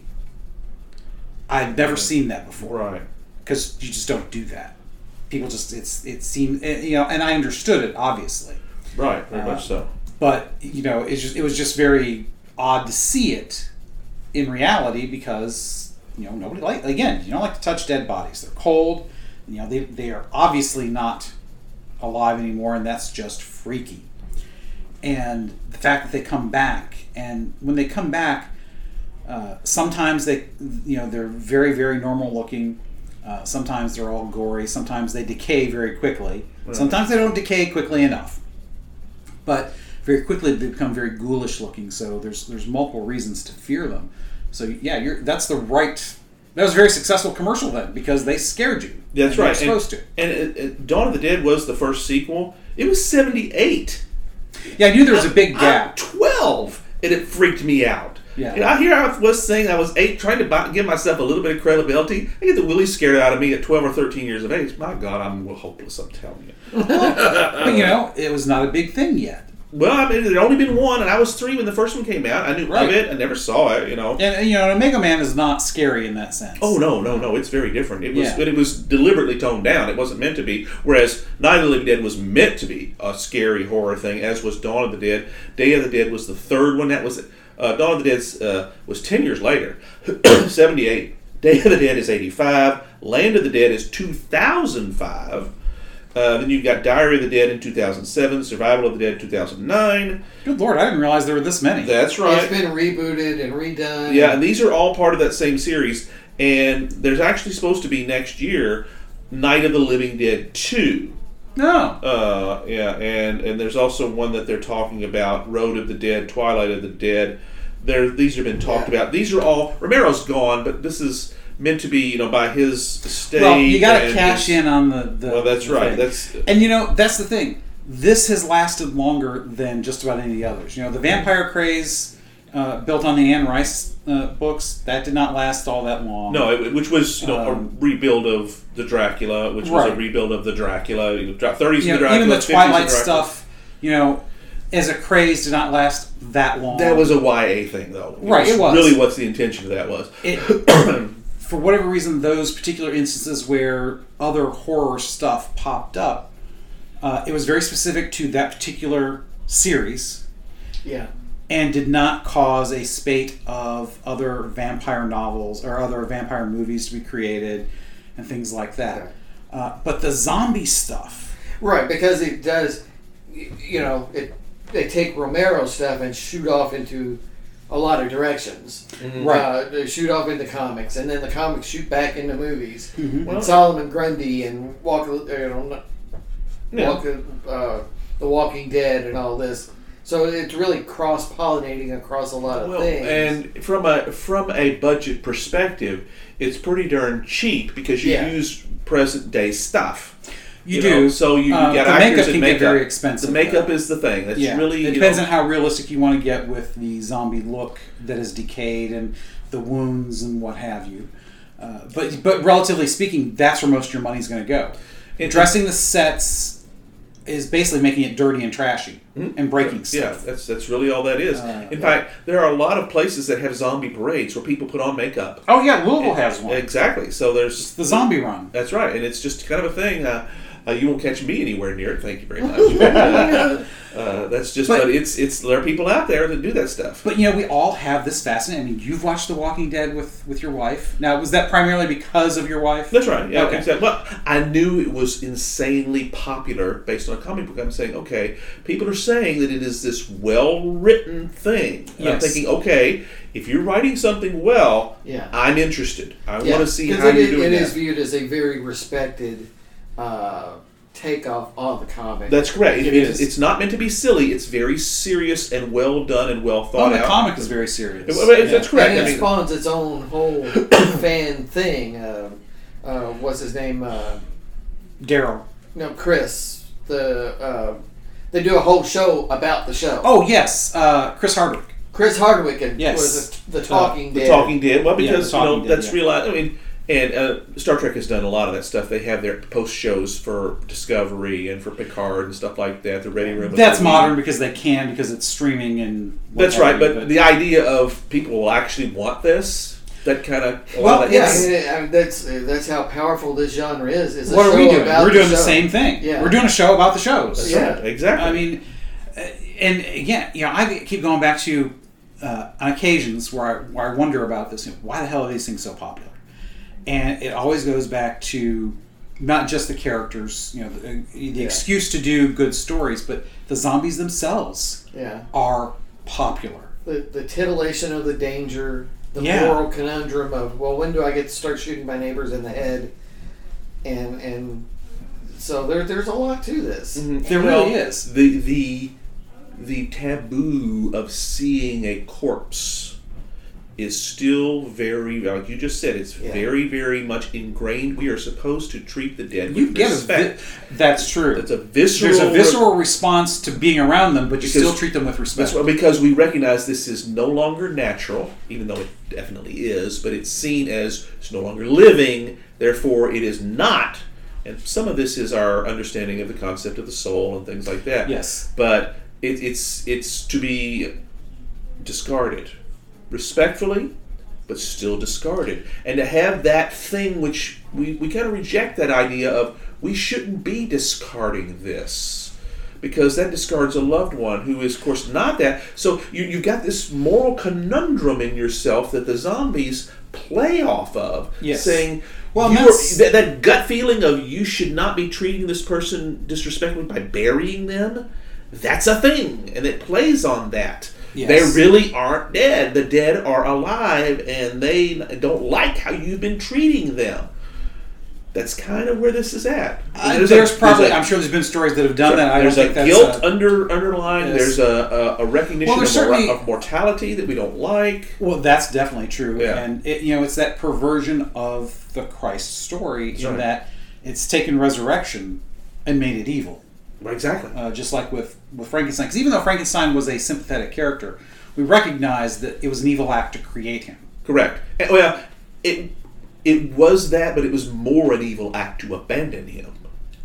[SPEAKER 1] i'd never seen that before
[SPEAKER 3] right
[SPEAKER 1] because you just don't do that people just it's it seemed eh, you know and i understood it obviously
[SPEAKER 3] right
[SPEAKER 1] Uh,
[SPEAKER 3] very much so
[SPEAKER 1] but you know it's just it was just very odd to see it in reality because you know nobody like again you don't like to touch dead bodies they're cold you know they, they are obviously not alive anymore and that's just freaky and the fact that they come back and when they come back uh, sometimes they you know they're very very normal looking uh, sometimes they're all gory sometimes they decay very quickly sometimes they don't decay quickly enough but very quickly they become very ghoulish looking. So there's there's multiple reasons to fear them. So yeah, you're that's the right. That was a very successful commercial then because they scared you.
[SPEAKER 3] that's
[SPEAKER 1] And
[SPEAKER 3] right
[SPEAKER 1] They were supposed
[SPEAKER 3] and, and it- it- Dawn of the Dead was the first sequel it was seventy eight.
[SPEAKER 1] to. Yeah, I knew there was a big
[SPEAKER 3] I'm
[SPEAKER 1] gap.
[SPEAKER 3] 12, and it freaked me out.
[SPEAKER 1] Yeah.
[SPEAKER 3] And I here I was saying I was eight, trying to buy, give myself a little bit of credibility. I get the willy scared out of me at 12 or 13 years of age. My God, I'm hopeless, I'm telling you.
[SPEAKER 1] But, you
[SPEAKER 3] Uh,
[SPEAKER 1] know, it was not a big thing yet.
[SPEAKER 3] Well, I mean, there'd only been one, and I was three when the first one came out. I knew
[SPEAKER 1] Right.
[SPEAKER 3] of it. I never saw it, you know.
[SPEAKER 1] And and, you know, and Mega Man is not scary in that sense.
[SPEAKER 3] Oh no, no, no! It's very different. It was,
[SPEAKER 1] Yeah.
[SPEAKER 3] but it was deliberately toned down. It wasn't meant to be. Whereas Night of the Living Dead was meant to be a scary horror thing, as was Dawn of the Dead. Day of the Dead was the third one. That was uh, Dawn of the Dead uh, was ten years later, seventy eight. Day of the Dead is eighty five. Land of the Dead is two thousand five. Uh, then you've got Diary of the Dead in 2007, Survival of the Dead 2009.
[SPEAKER 1] good lord! I didn't realize there were this many.
[SPEAKER 3] That's right.
[SPEAKER 2] it's been rebooted and redone.
[SPEAKER 3] uh, Yeah, and these are all part of that same series. And there's actually supposed to be next year, Night of the Living Dead two.
[SPEAKER 1] no,
[SPEAKER 3] Uh, yeah, and and there's also one that they're talking about, Road of the Dead, Twilight of the Dead. There, these have been talked
[SPEAKER 2] Yeah.
[SPEAKER 3] about. These are all Romero's gone, but this is meant to be, you know, by his state.
[SPEAKER 1] well, you got to
[SPEAKER 3] and
[SPEAKER 1] cash
[SPEAKER 3] his-
[SPEAKER 1] in on the. the
[SPEAKER 3] Well, that's
[SPEAKER 1] the
[SPEAKER 3] right.
[SPEAKER 1] thing.
[SPEAKER 3] That's
[SPEAKER 1] And you know, that's the thing. This has lasted longer than just about any of the others. You know, the vampire craze uh, built on the Anne Rice uh, books that did not last all that long.
[SPEAKER 3] No, it, which was you know
[SPEAKER 1] Um,
[SPEAKER 3] a rebuild of the Dracula, which was a
[SPEAKER 1] Right.
[SPEAKER 3] rebuild of the Dracula, you know, dra- 30s
[SPEAKER 1] you
[SPEAKER 3] of the
[SPEAKER 1] know,
[SPEAKER 3] Dracula,
[SPEAKER 1] even the
[SPEAKER 3] 50s of the
[SPEAKER 1] Twilight
[SPEAKER 3] Dracula.
[SPEAKER 1] stuff. You know, as a craze, did not last that long.
[SPEAKER 3] That was a YA thing, though.
[SPEAKER 1] Right, it was.
[SPEAKER 3] really what's the intention of that was.
[SPEAKER 1] it, for whatever reason, those particular instances where other horror stuff popped up, uh, it was very specific to that particular series.
[SPEAKER 2] yeah.
[SPEAKER 1] and did not cause a spate of other vampire novels or other vampire movies to be created and things like that. Uh, but the zombie stuff,
[SPEAKER 2] Right, because it does, y- you know, it they take Romero stuff and shoot off into a lot of directions.
[SPEAKER 3] Mm-hmm.
[SPEAKER 1] right?
[SPEAKER 2] Uh, they shoot off into comics, and then the comics shoot back into movies.
[SPEAKER 1] Mhm.
[SPEAKER 2] And Solomon Grundy and Walk, uh, you know,
[SPEAKER 3] Yeah.
[SPEAKER 2] Walk, uh, The Walking Dead and all this. So it's really cross pollinating across a lot of
[SPEAKER 3] Well,
[SPEAKER 2] things.
[SPEAKER 3] and from a from a budget perspective, it's pretty darn cheap because you
[SPEAKER 2] Yeah.
[SPEAKER 3] use present day stuff.
[SPEAKER 1] You,
[SPEAKER 3] know,
[SPEAKER 1] do.
[SPEAKER 3] so you, you
[SPEAKER 1] Uh,
[SPEAKER 3] got
[SPEAKER 1] the
[SPEAKER 3] actors
[SPEAKER 1] makeup
[SPEAKER 3] and
[SPEAKER 1] can
[SPEAKER 3] makeup.
[SPEAKER 1] get very expensive.
[SPEAKER 3] The makeup
[SPEAKER 1] though.
[SPEAKER 3] is the thing. That's
[SPEAKER 1] yeah.
[SPEAKER 3] really
[SPEAKER 1] it
[SPEAKER 3] you
[SPEAKER 1] depends
[SPEAKER 3] know,
[SPEAKER 1] on how realistic you want to get with the zombie look that is decayed and the wounds and what have you. Uh, but but relatively speaking, that's where most of your money's going to go.
[SPEAKER 3] It-
[SPEAKER 1] Dressing the sets, is basically making it dirty and trashy
[SPEAKER 3] Mhm.
[SPEAKER 1] and breaking
[SPEAKER 3] Yeah,
[SPEAKER 1] stuff.
[SPEAKER 3] that's that's really all that is.
[SPEAKER 1] Uh,
[SPEAKER 3] In fact, there are a lot of places that have zombie parades where people put on makeup.
[SPEAKER 1] Oh yeah, Louisville has one.
[SPEAKER 3] Exactly. So there's
[SPEAKER 1] It's the zombie run.
[SPEAKER 3] That's right, and it's just kind of a thing. Uh, uh, you won't catch me anywhere near it. Thank you very much. uh, that's just, but,
[SPEAKER 1] But-
[SPEAKER 3] it's it's there are people out there that do that stuff.
[SPEAKER 1] But you know, we all have this fascinating. I mean, you've watched The Walking Dead with with your wife. Now, was that primarily because of your wife?
[SPEAKER 3] That's right. Yeah.
[SPEAKER 1] Okay.
[SPEAKER 3] Exactly. Well, I knew it was insanely popular based on a comic book. I'm saying, okay, people are saying that it is this well-written thing. And I'm
[SPEAKER 1] Yes.
[SPEAKER 3] thinking, okay, if you're writing something well,
[SPEAKER 2] Yeah.
[SPEAKER 3] I'm interested. I
[SPEAKER 2] Yeah,
[SPEAKER 3] want to see
[SPEAKER 2] 'cause
[SPEAKER 3] how
[SPEAKER 2] it
[SPEAKER 3] you're
[SPEAKER 2] is-
[SPEAKER 3] doing
[SPEAKER 2] It
[SPEAKER 3] that.
[SPEAKER 2] is viewed as a very respected uh, takeoff on the comic.
[SPEAKER 3] That's correct. It-
[SPEAKER 2] It
[SPEAKER 3] it's,
[SPEAKER 2] is.
[SPEAKER 3] it's not meant to be silly. It's very serious and well done and well
[SPEAKER 1] Oh,
[SPEAKER 3] thought
[SPEAKER 1] the
[SPEAKER 3] out.
[SPEAKER 1] comic is very serious.
[SPEAKER 3] Well, well, that's correct.
[SPEAKER 2] And
[SPEAKER 3] I
[SPEAKER 2] it
[SPEAKER 3] mean-
[SPEAKER 2] spawns its own whole fan thing. Um uh, what's his name? Uh,
[SPEAKER 1] Daryl.
[SPEAKER 2] no, Chris. The uh, they do a whole show about the show.
[SPEAKER 1] Oh yes, uh, Chris Hardwick.
[SPEAKER 2] Chris Hardwick and
[SPEAKER 1] Yes. Uh,
[SPEAKER 2] was it the Talking
[SPEAKER 3] the
[SPEAKER 2] Dead.
[SPEAKER 3] Talking Dead. Well,
[SPEAKER 1] Yeah,
[SPEAKER 3] because
[SPEAKER 1] The
[SPEAKER 3] you know
[SPEAKER 1] Talking Dead,
[SPEAKER 3] that's
[SPEAKER 1] yeah.
[SPEAKER 3] realized. I mean, and uh, Star Trek has done a lot of that stuff. They have their post shows for Discovery and for Picard and stuff like that. The Ready Room. and
[SPEAKER 1] That's
[SPEAKER 3] the-
[SPEAKER 1] modern because they can because it's streaming and. what
[SPEAKER 3] That's
[SPEAKER 1] have
[SPEAKER 3] right.
[SPEAKER 1] you,
[SPEAKER 3] But the idea of people will actually want this. That kind of
[SPEAKER 1] Well,
[SPEAKER 2] Yeah,
[SPEAKER 1] Yes.
[SPEAKER 2] I mean, I mean, that's uh, that's how powerful this genre is. It's a
[SPEAKER 1] what are we
[SPEAKER 2] show
[SPEAKER 1] doing?
[SPEAKER 2] about
[SPEAKER 1] We're
[SPEAKER 2] the
[SPEAKER 1] doing the
[SPEAKER 2] show.
[SPEAKER 1] same thing.
[SPEAKER 2] Yeah.
[SPEAKER 1] We're doing a show about the shows.
[SPEAKER 2] Yeah.
[SPEAKER 3] exactly.
[SPEAKER 1] I mean, uh, and again, you know, I keep going back to uh, on occasions where I, where I wonder about this. You know, why the hell are these things so popular? And it always goes back to not just the characters, you know, the, uh, the excuse to do good stories, but the zombies themselves
[SPEAKER 2] Yeah,
[SPEAKER 1] are popular.
[SPEAKER 2] the the titillation of the danger, the
[SPEAKER 1] Yeah.
[SPEAKER 2] moral conundrum of well, when do I get to start shooting my neighbors in the head, and and so there there's a lot to this.
[SPEAKER 1] There
[SPEAKER 3] Well,
[SPEAKER 1] really is.
[SPEAKER 3] the the the taboo of seeing a corpse is still very like you just said it's
[SPEAKER 2] Yeah.
[SPEAKER 3] very very much ingrained we are supposed to treat the dead
[SPEAKER 1] You
[SPEAKER 3] with
[SPEAKER 1] get a vi-
[SPEAKER 3] respect
[SPEAKER 1] that's true.
[SPEAKER 3] it's a visceral
[SPEAKER 1] There's a visceral response to being around them, but you
[SPEAKER 3] Because-
[SPEAKER 1] still treat them with
[SPEAKER 3] That's
[SPEAKER 1] respect.
[SPEAKER 3] why- because we recognize this is no longer natural, even though it definitely is, but it's seen as it's no longer living, therefore it is not. And some of this is our understanding of the concept of the soul and things like that.
[SPEAKER 1] Yes.
[SPEAKER 3] But it, it's it's to be discarded respectfully, but still discarded. And to have that thing which we, we kind of reject that idea of we shouldn't be discarding this because that discards a loved one who is, of course, not that. So you, you've got this moral conundrum in yourself that the zombies play off of,
[SPEAKER 1] Yes.
[SPEAKER 3] saying,
[SPEAKER 1] Well,
[SPEAKER 3] you
[SPEAKER 1] that's-
[SPEAKER 3] are- that, that gut feeling of you should not be treating this person disrespectfully by burying them. That's a thing, and it plays on that.
[SPEAKER 1] Yes.
[SPEAKER 3] They really aren't dead. The dead are alive, and they don't like how you've been treating them. That's kind of where this is at.
[SPEAKER 1] Uh,
[SPEAKER 3] There's
[SPEAKER 1] there's,
[SPEAKER 3] a-
[SPEAKER 1] probably,
[SPEAKER 3] there's a-
[SPEAKER 1] I'm sure there's been stories that have done that. I
[SPEAKER 3] there's
[SPEAKER 1] don't think
[SPEAKER 3] a
[SPEAKER 1] that's
[SPEAKER 3] guilt
[SPEAKER 1] a-
[SPEAKER 3] under underlying.
[SPEAKER 1] Yes.
[SPEAKER 3] There's a, a, a recognition
[SPEAKER 1] Well,
[SPEAKER 3] of,
[SPEAKER 1] there's
[SPEAKER 3] mora-
[SPEAKER 1] certainly-
[SPEAKER 3] of mortality that we don't like.
[SPEAKER 1] Well, that's definitely true,
[SPEAKER 3] Yeah.
[SPEAKER 1] and it, you know it's that perversion of the Christ story in
[SPEAKER 3] right.
[SPEAKER 1] that it's taken resurrection and made it evil,
[SPEAKER 3] Right, exactly.
[SPEAKER 1] uh, just like with with Frankenstein. Because even though Frankenstein was a sympathetic character, we recognize that it was an evil act to create him.
[SPEAKER 3] Correct. And, well, it it was that, but it was more an evil act to abandon him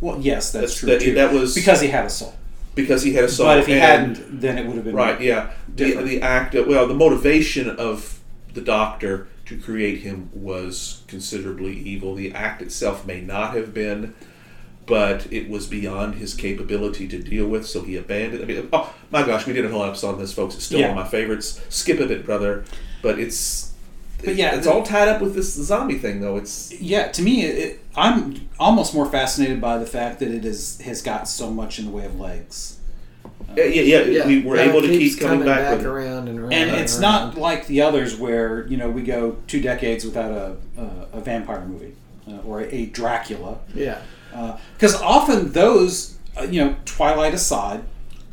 [SPEAKER 1] Well, yes, that's,
[SPEAKER 3] That's-
[SPEAKER 1] true
[SPEAKER 3] that-
[SPEAKER 1] too.
[SPEAKER 3] that was-
[SPEAKER 1] because he had a soul.
[SPEAKER 3] because he had a soul.
[SPEAKER 1] but if he
[SPEAKER 3] and-
[SPEAKER 1] hadn't, then it would have been
[SPEAKER 3] right? Yeah, the,
[SPEAKER 1] Different.
[SPEAKER 3] the act. Of, well, the motivation of the doctor to create him was considerably evil. The act itself may not have been. But it was beyond his capability to deal with, so he abandoned. I mean, oh my gosh, we did a whole episode on this, folks. It's still
[SPEAKER 1] Yeah.
[SPEAKER 3] one of my favorites. Skip a bit, brother. But it's,
[SPEAKER 1] But yeah,
[SPEAKER 3] it's
[SPEAKER 1] the-
[SPEAKER 3] all tied up with this zombie thing, though. It's
[SPEAKER 1] yeah, to me, it, I'm almost more fascinated by the fact that it is has got so much in the way of legs.
[SPEAKER 3] Yeah, yeah, yeah. We were
[SPEAKER 2] Yeah, it
[SPEAKER 3] able to
[SPEAKER 2] keeps
[SPEAKER 3] keep coming, back, with it.
[SPEAKER 2] around and around,
[SPEAKER 1] and it's
[SPEAKER 2] around.
[SPEAKER 1] not like the others where you know we go two decades without a uh, a vampire movie uh, or a, Dracula,
[SPEAKER 2] yeah.
[SPEAKER 1] because often those uh, you know Twilight aside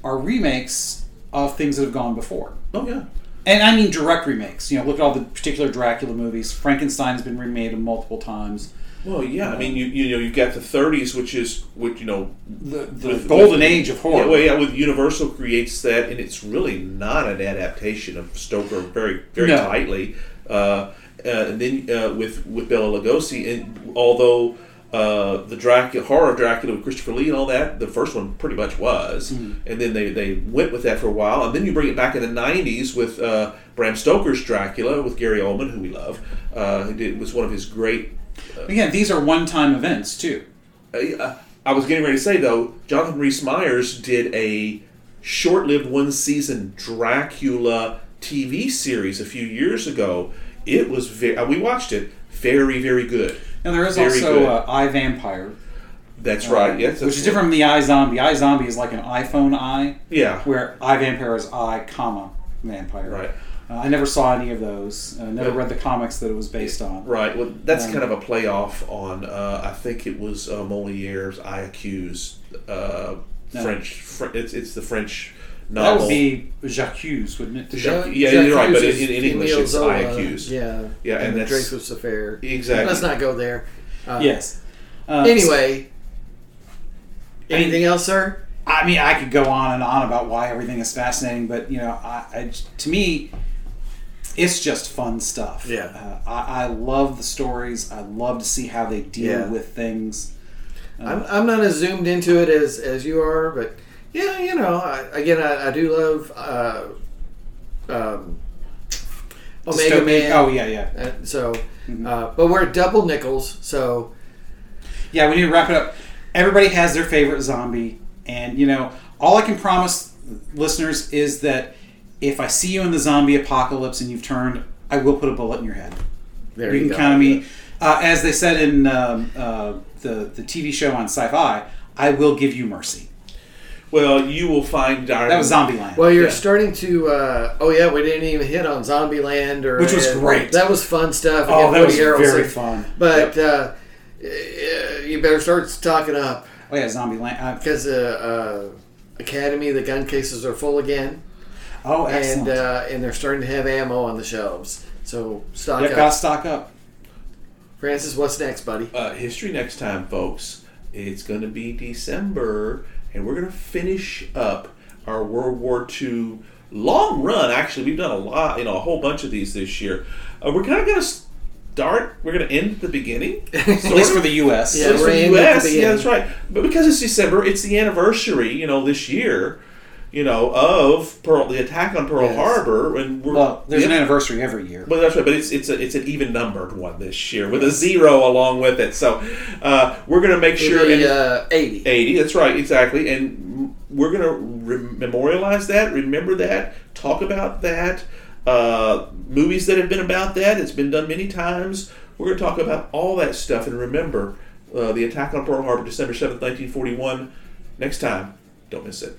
[SPEAKER 1] are remakes of things that have gone before,
[SPEAKER 3] Oh yeah,
[SPEAKER 1] and I mean direct remakes. You know, look at all the particular Dracula movies. Frankenstein's been remade multiple times.
[SPEAKER 3] well yeah. I mean, you you know, you've got the '30s, which is which you know,
[SPEAKER 1] The, the
[SPEAKER 3] With-
[SPEAKER 1] golden
[SPEAKER 3] with-
[SPEAKER 1] age of horror.
[SPEAKER 3] yeah, well, yeah, with Universal creates that, and it's really not an adaptation of Stoker very very
[SPEAKER 1] No.
[SPEAKER 3] tightly. Uh, uh, and then uh, with with Bela Lugosi, and although uh, the Dracula horror of Dracula with Christopher Lee and all that. The first one pretty much was,
[SPEAKER 1] Hmm.
[SPEAKER 3] and then they, they went with that for a while, and then you bring it back in the '90s with uh, Bram Stoker's Dracula with Gary Oldman, who we love, uh, who did was one of his great.
[SPEAKER 1] Again, these are one-time events too.
[SPEAKER 3] Uh, I was getting ready to say though, Jonathan Rhys Myers did a short-lived one-season Dracula TV series a few years ago. It was very, we watched it, very very good.
[SPEAKER 1] And there is
[SPEAKER 3] Very
[SPEAKER 1] also
[SPEAKER 3] good.
[SPEAKER 1] uh, I Vampire,
[SPEAKER 3] That's right.
[SPEAKER 1] which
[SPEAKER 3] Yes, that's
[SPEAKER 1] is different from the I Zombie. I Zombie is like an iPhone eye,
[SPEAKER 3] Yeah.
[SPEAKER 1] where I Vampire is I comma vampire.
[SPEAKER 3] Right.
[SPEAKER 1] Uh, I never saw any of those. I never
[SPEAKER 3] Yeah.
[SPEAKER 1] read the comics that it was based on.
[SPEAKER 3] Right. Well, that's
[SPEAKER 1] Um,
[SPEAKER 3] kind of a playoff on. Uh, I think it was uh, Moliere's "I Accuse." Uh,
[SPEAKER 1] No.
[SPEAKER 3] French. Fr- it's it's the French novel.
[SPEAKER 1] That would be Jacques, wouldn't it?
[SPEAKER 3] Jacques- yeah, you're right, but in- in English
[SPEAKER 2] Emile
[SPEAKER 3] it's I
[SPEAKER 2] Zola,
[SPEAKER 3] accuse.
[SPEAKER 2] Yeah,
[SPEAKER 3] Yeah, and
[SPEAKER 2] the
[SPEAKER 3] that's-
[SPEAKER 2] Dreyfus affair.
[SPEAKER 3] Exactly.
[SPEAKER 2] Let's not go there. Uh,
[SPEAKER 1] Yes. Uh,
[SPEAKER 2] Anyway, anything else, sir?
[SPEAKER 1] I mean, I could go on and on about why everything is fascinating, but you know, I, I to me, it's just fun stuff.
[SPEAKER 2] Yeah.
[SPEAKER 1] uh, I, I love the stories. I love to see how they deal
[SPEAKER 2] Yeah.
[SPEAKER 1] with things. Uh,
[SPEAKER 2] I'm, I'm not as zoomed into it as, as you are, but yeah, you know, I, again, I, I do love uh, um, Omega
[SPEAKER 1] Dystopian-
[SPEAKER 2] Man.
[SPEAKER 1] Oh yeah, yeah, Mm-hmm.
[SPEAKER 2] Uh, so, uh, but we're double nickels, so
[SPEAKER 1] yeah. We need to wrap it up. Everybody has their favorite zombie, and you know, all I can promise listeners is that if I see you in the zombie apocalypse and you've turned, I will put a bullet in your head.
[SPEAKER 2] there
[SPEAKER 1] you
[SPEAKER 2] you,
[SPEAKER 1] can
[SPEAKER 2] go.
[SPEAKER 1] count on me. Uh, as they said in um, uh, the the TV show on Sci-Fi, I will give you mercy.
[SPEAKER 3] well, you will find Iron.
[SPEAKER 1] That was Zombieland.
[SPEAKER 2] Well, you're
[SPEAKER 3] Yeah.
[SPEAKER 2] starting to. Uh, oh yeah, we didn't even hit on Zombieland or
[SPEAKER 1] Which was great.
[SPEAKER 2] That was fun stuff.
[SPEAKER 1] oh,
[SPEAKER 2] Again,
[SPEAKER 1] that was
[SPEAKER 2] Woody Harrelson.
[SPEAKER 1] very fun.
[SPEAKER 2] But uh, y- you better start stocking up
[SPEAKER 1] Oh yeah, Zombieland. Uh,
[SPEAKER 2] because uh, uh, Academy, the gun cases are full again,
[SPEAKER 1] oh, excellent.
[SPEAKER 2] and uh, and they're starting to have ammo on the shelves. So stock
[SPEAKER 1] Yep,
[SPEAKER 2] up,
[SPEAKER 1] got to stock up.
[SPEAKER 2] Francis. What's next, buddy?
[SPEAKER 3] uh, history next time, folks. It's going to be December, and we're going to finish up our World War II long run. Actually, we've done a lot, you know, a whole bunch of these this year. Uh, we're kind of going to start. We're going to end at the beginning.
[SPEAKER 1] At least for the U.S.
[SPEAKER 2] Yeah.
[SPEAKER 3] It's from
[SPEAKER 2] we're
[SPEAKER 3] the
[SPEAKER 2] aiming at the
[SPEAKER 3] US, yeah,
[SPEAKER 2] beginning.
[SPEAKER 3] that's right. But because it's December, it's the anniversary, you know, this year, you know, of Pearl, the attack on Pearl
[SPEAKER 2] Yes.
[SPEAKER 3] Harbor, and we're
[SPEAKER 1] Well, there's
[SPEAKER 3] yeah.
[SPEAKER 1] an anniversary every year.
[SPEAKER 3] Well, that's right, but it's it's a, it's an even numbered one this year with a zero along with it. So uh, we're gonna make sure
[SPEAKER 2] Maybe,
[SPEAKER 3] and
[SPEAKER 2] uh, eighty.
[SPEAKER 3] eighty. That's right, exactly, and we're gonna re- memorialize that, remember that, talk about that, uh, movies that have been about that. It's been done many times. We're gonna talk about all that stuff and remember uh, the attack on Pearl Harbor, December seventh, nineteen forty one. Next time, don't miss it.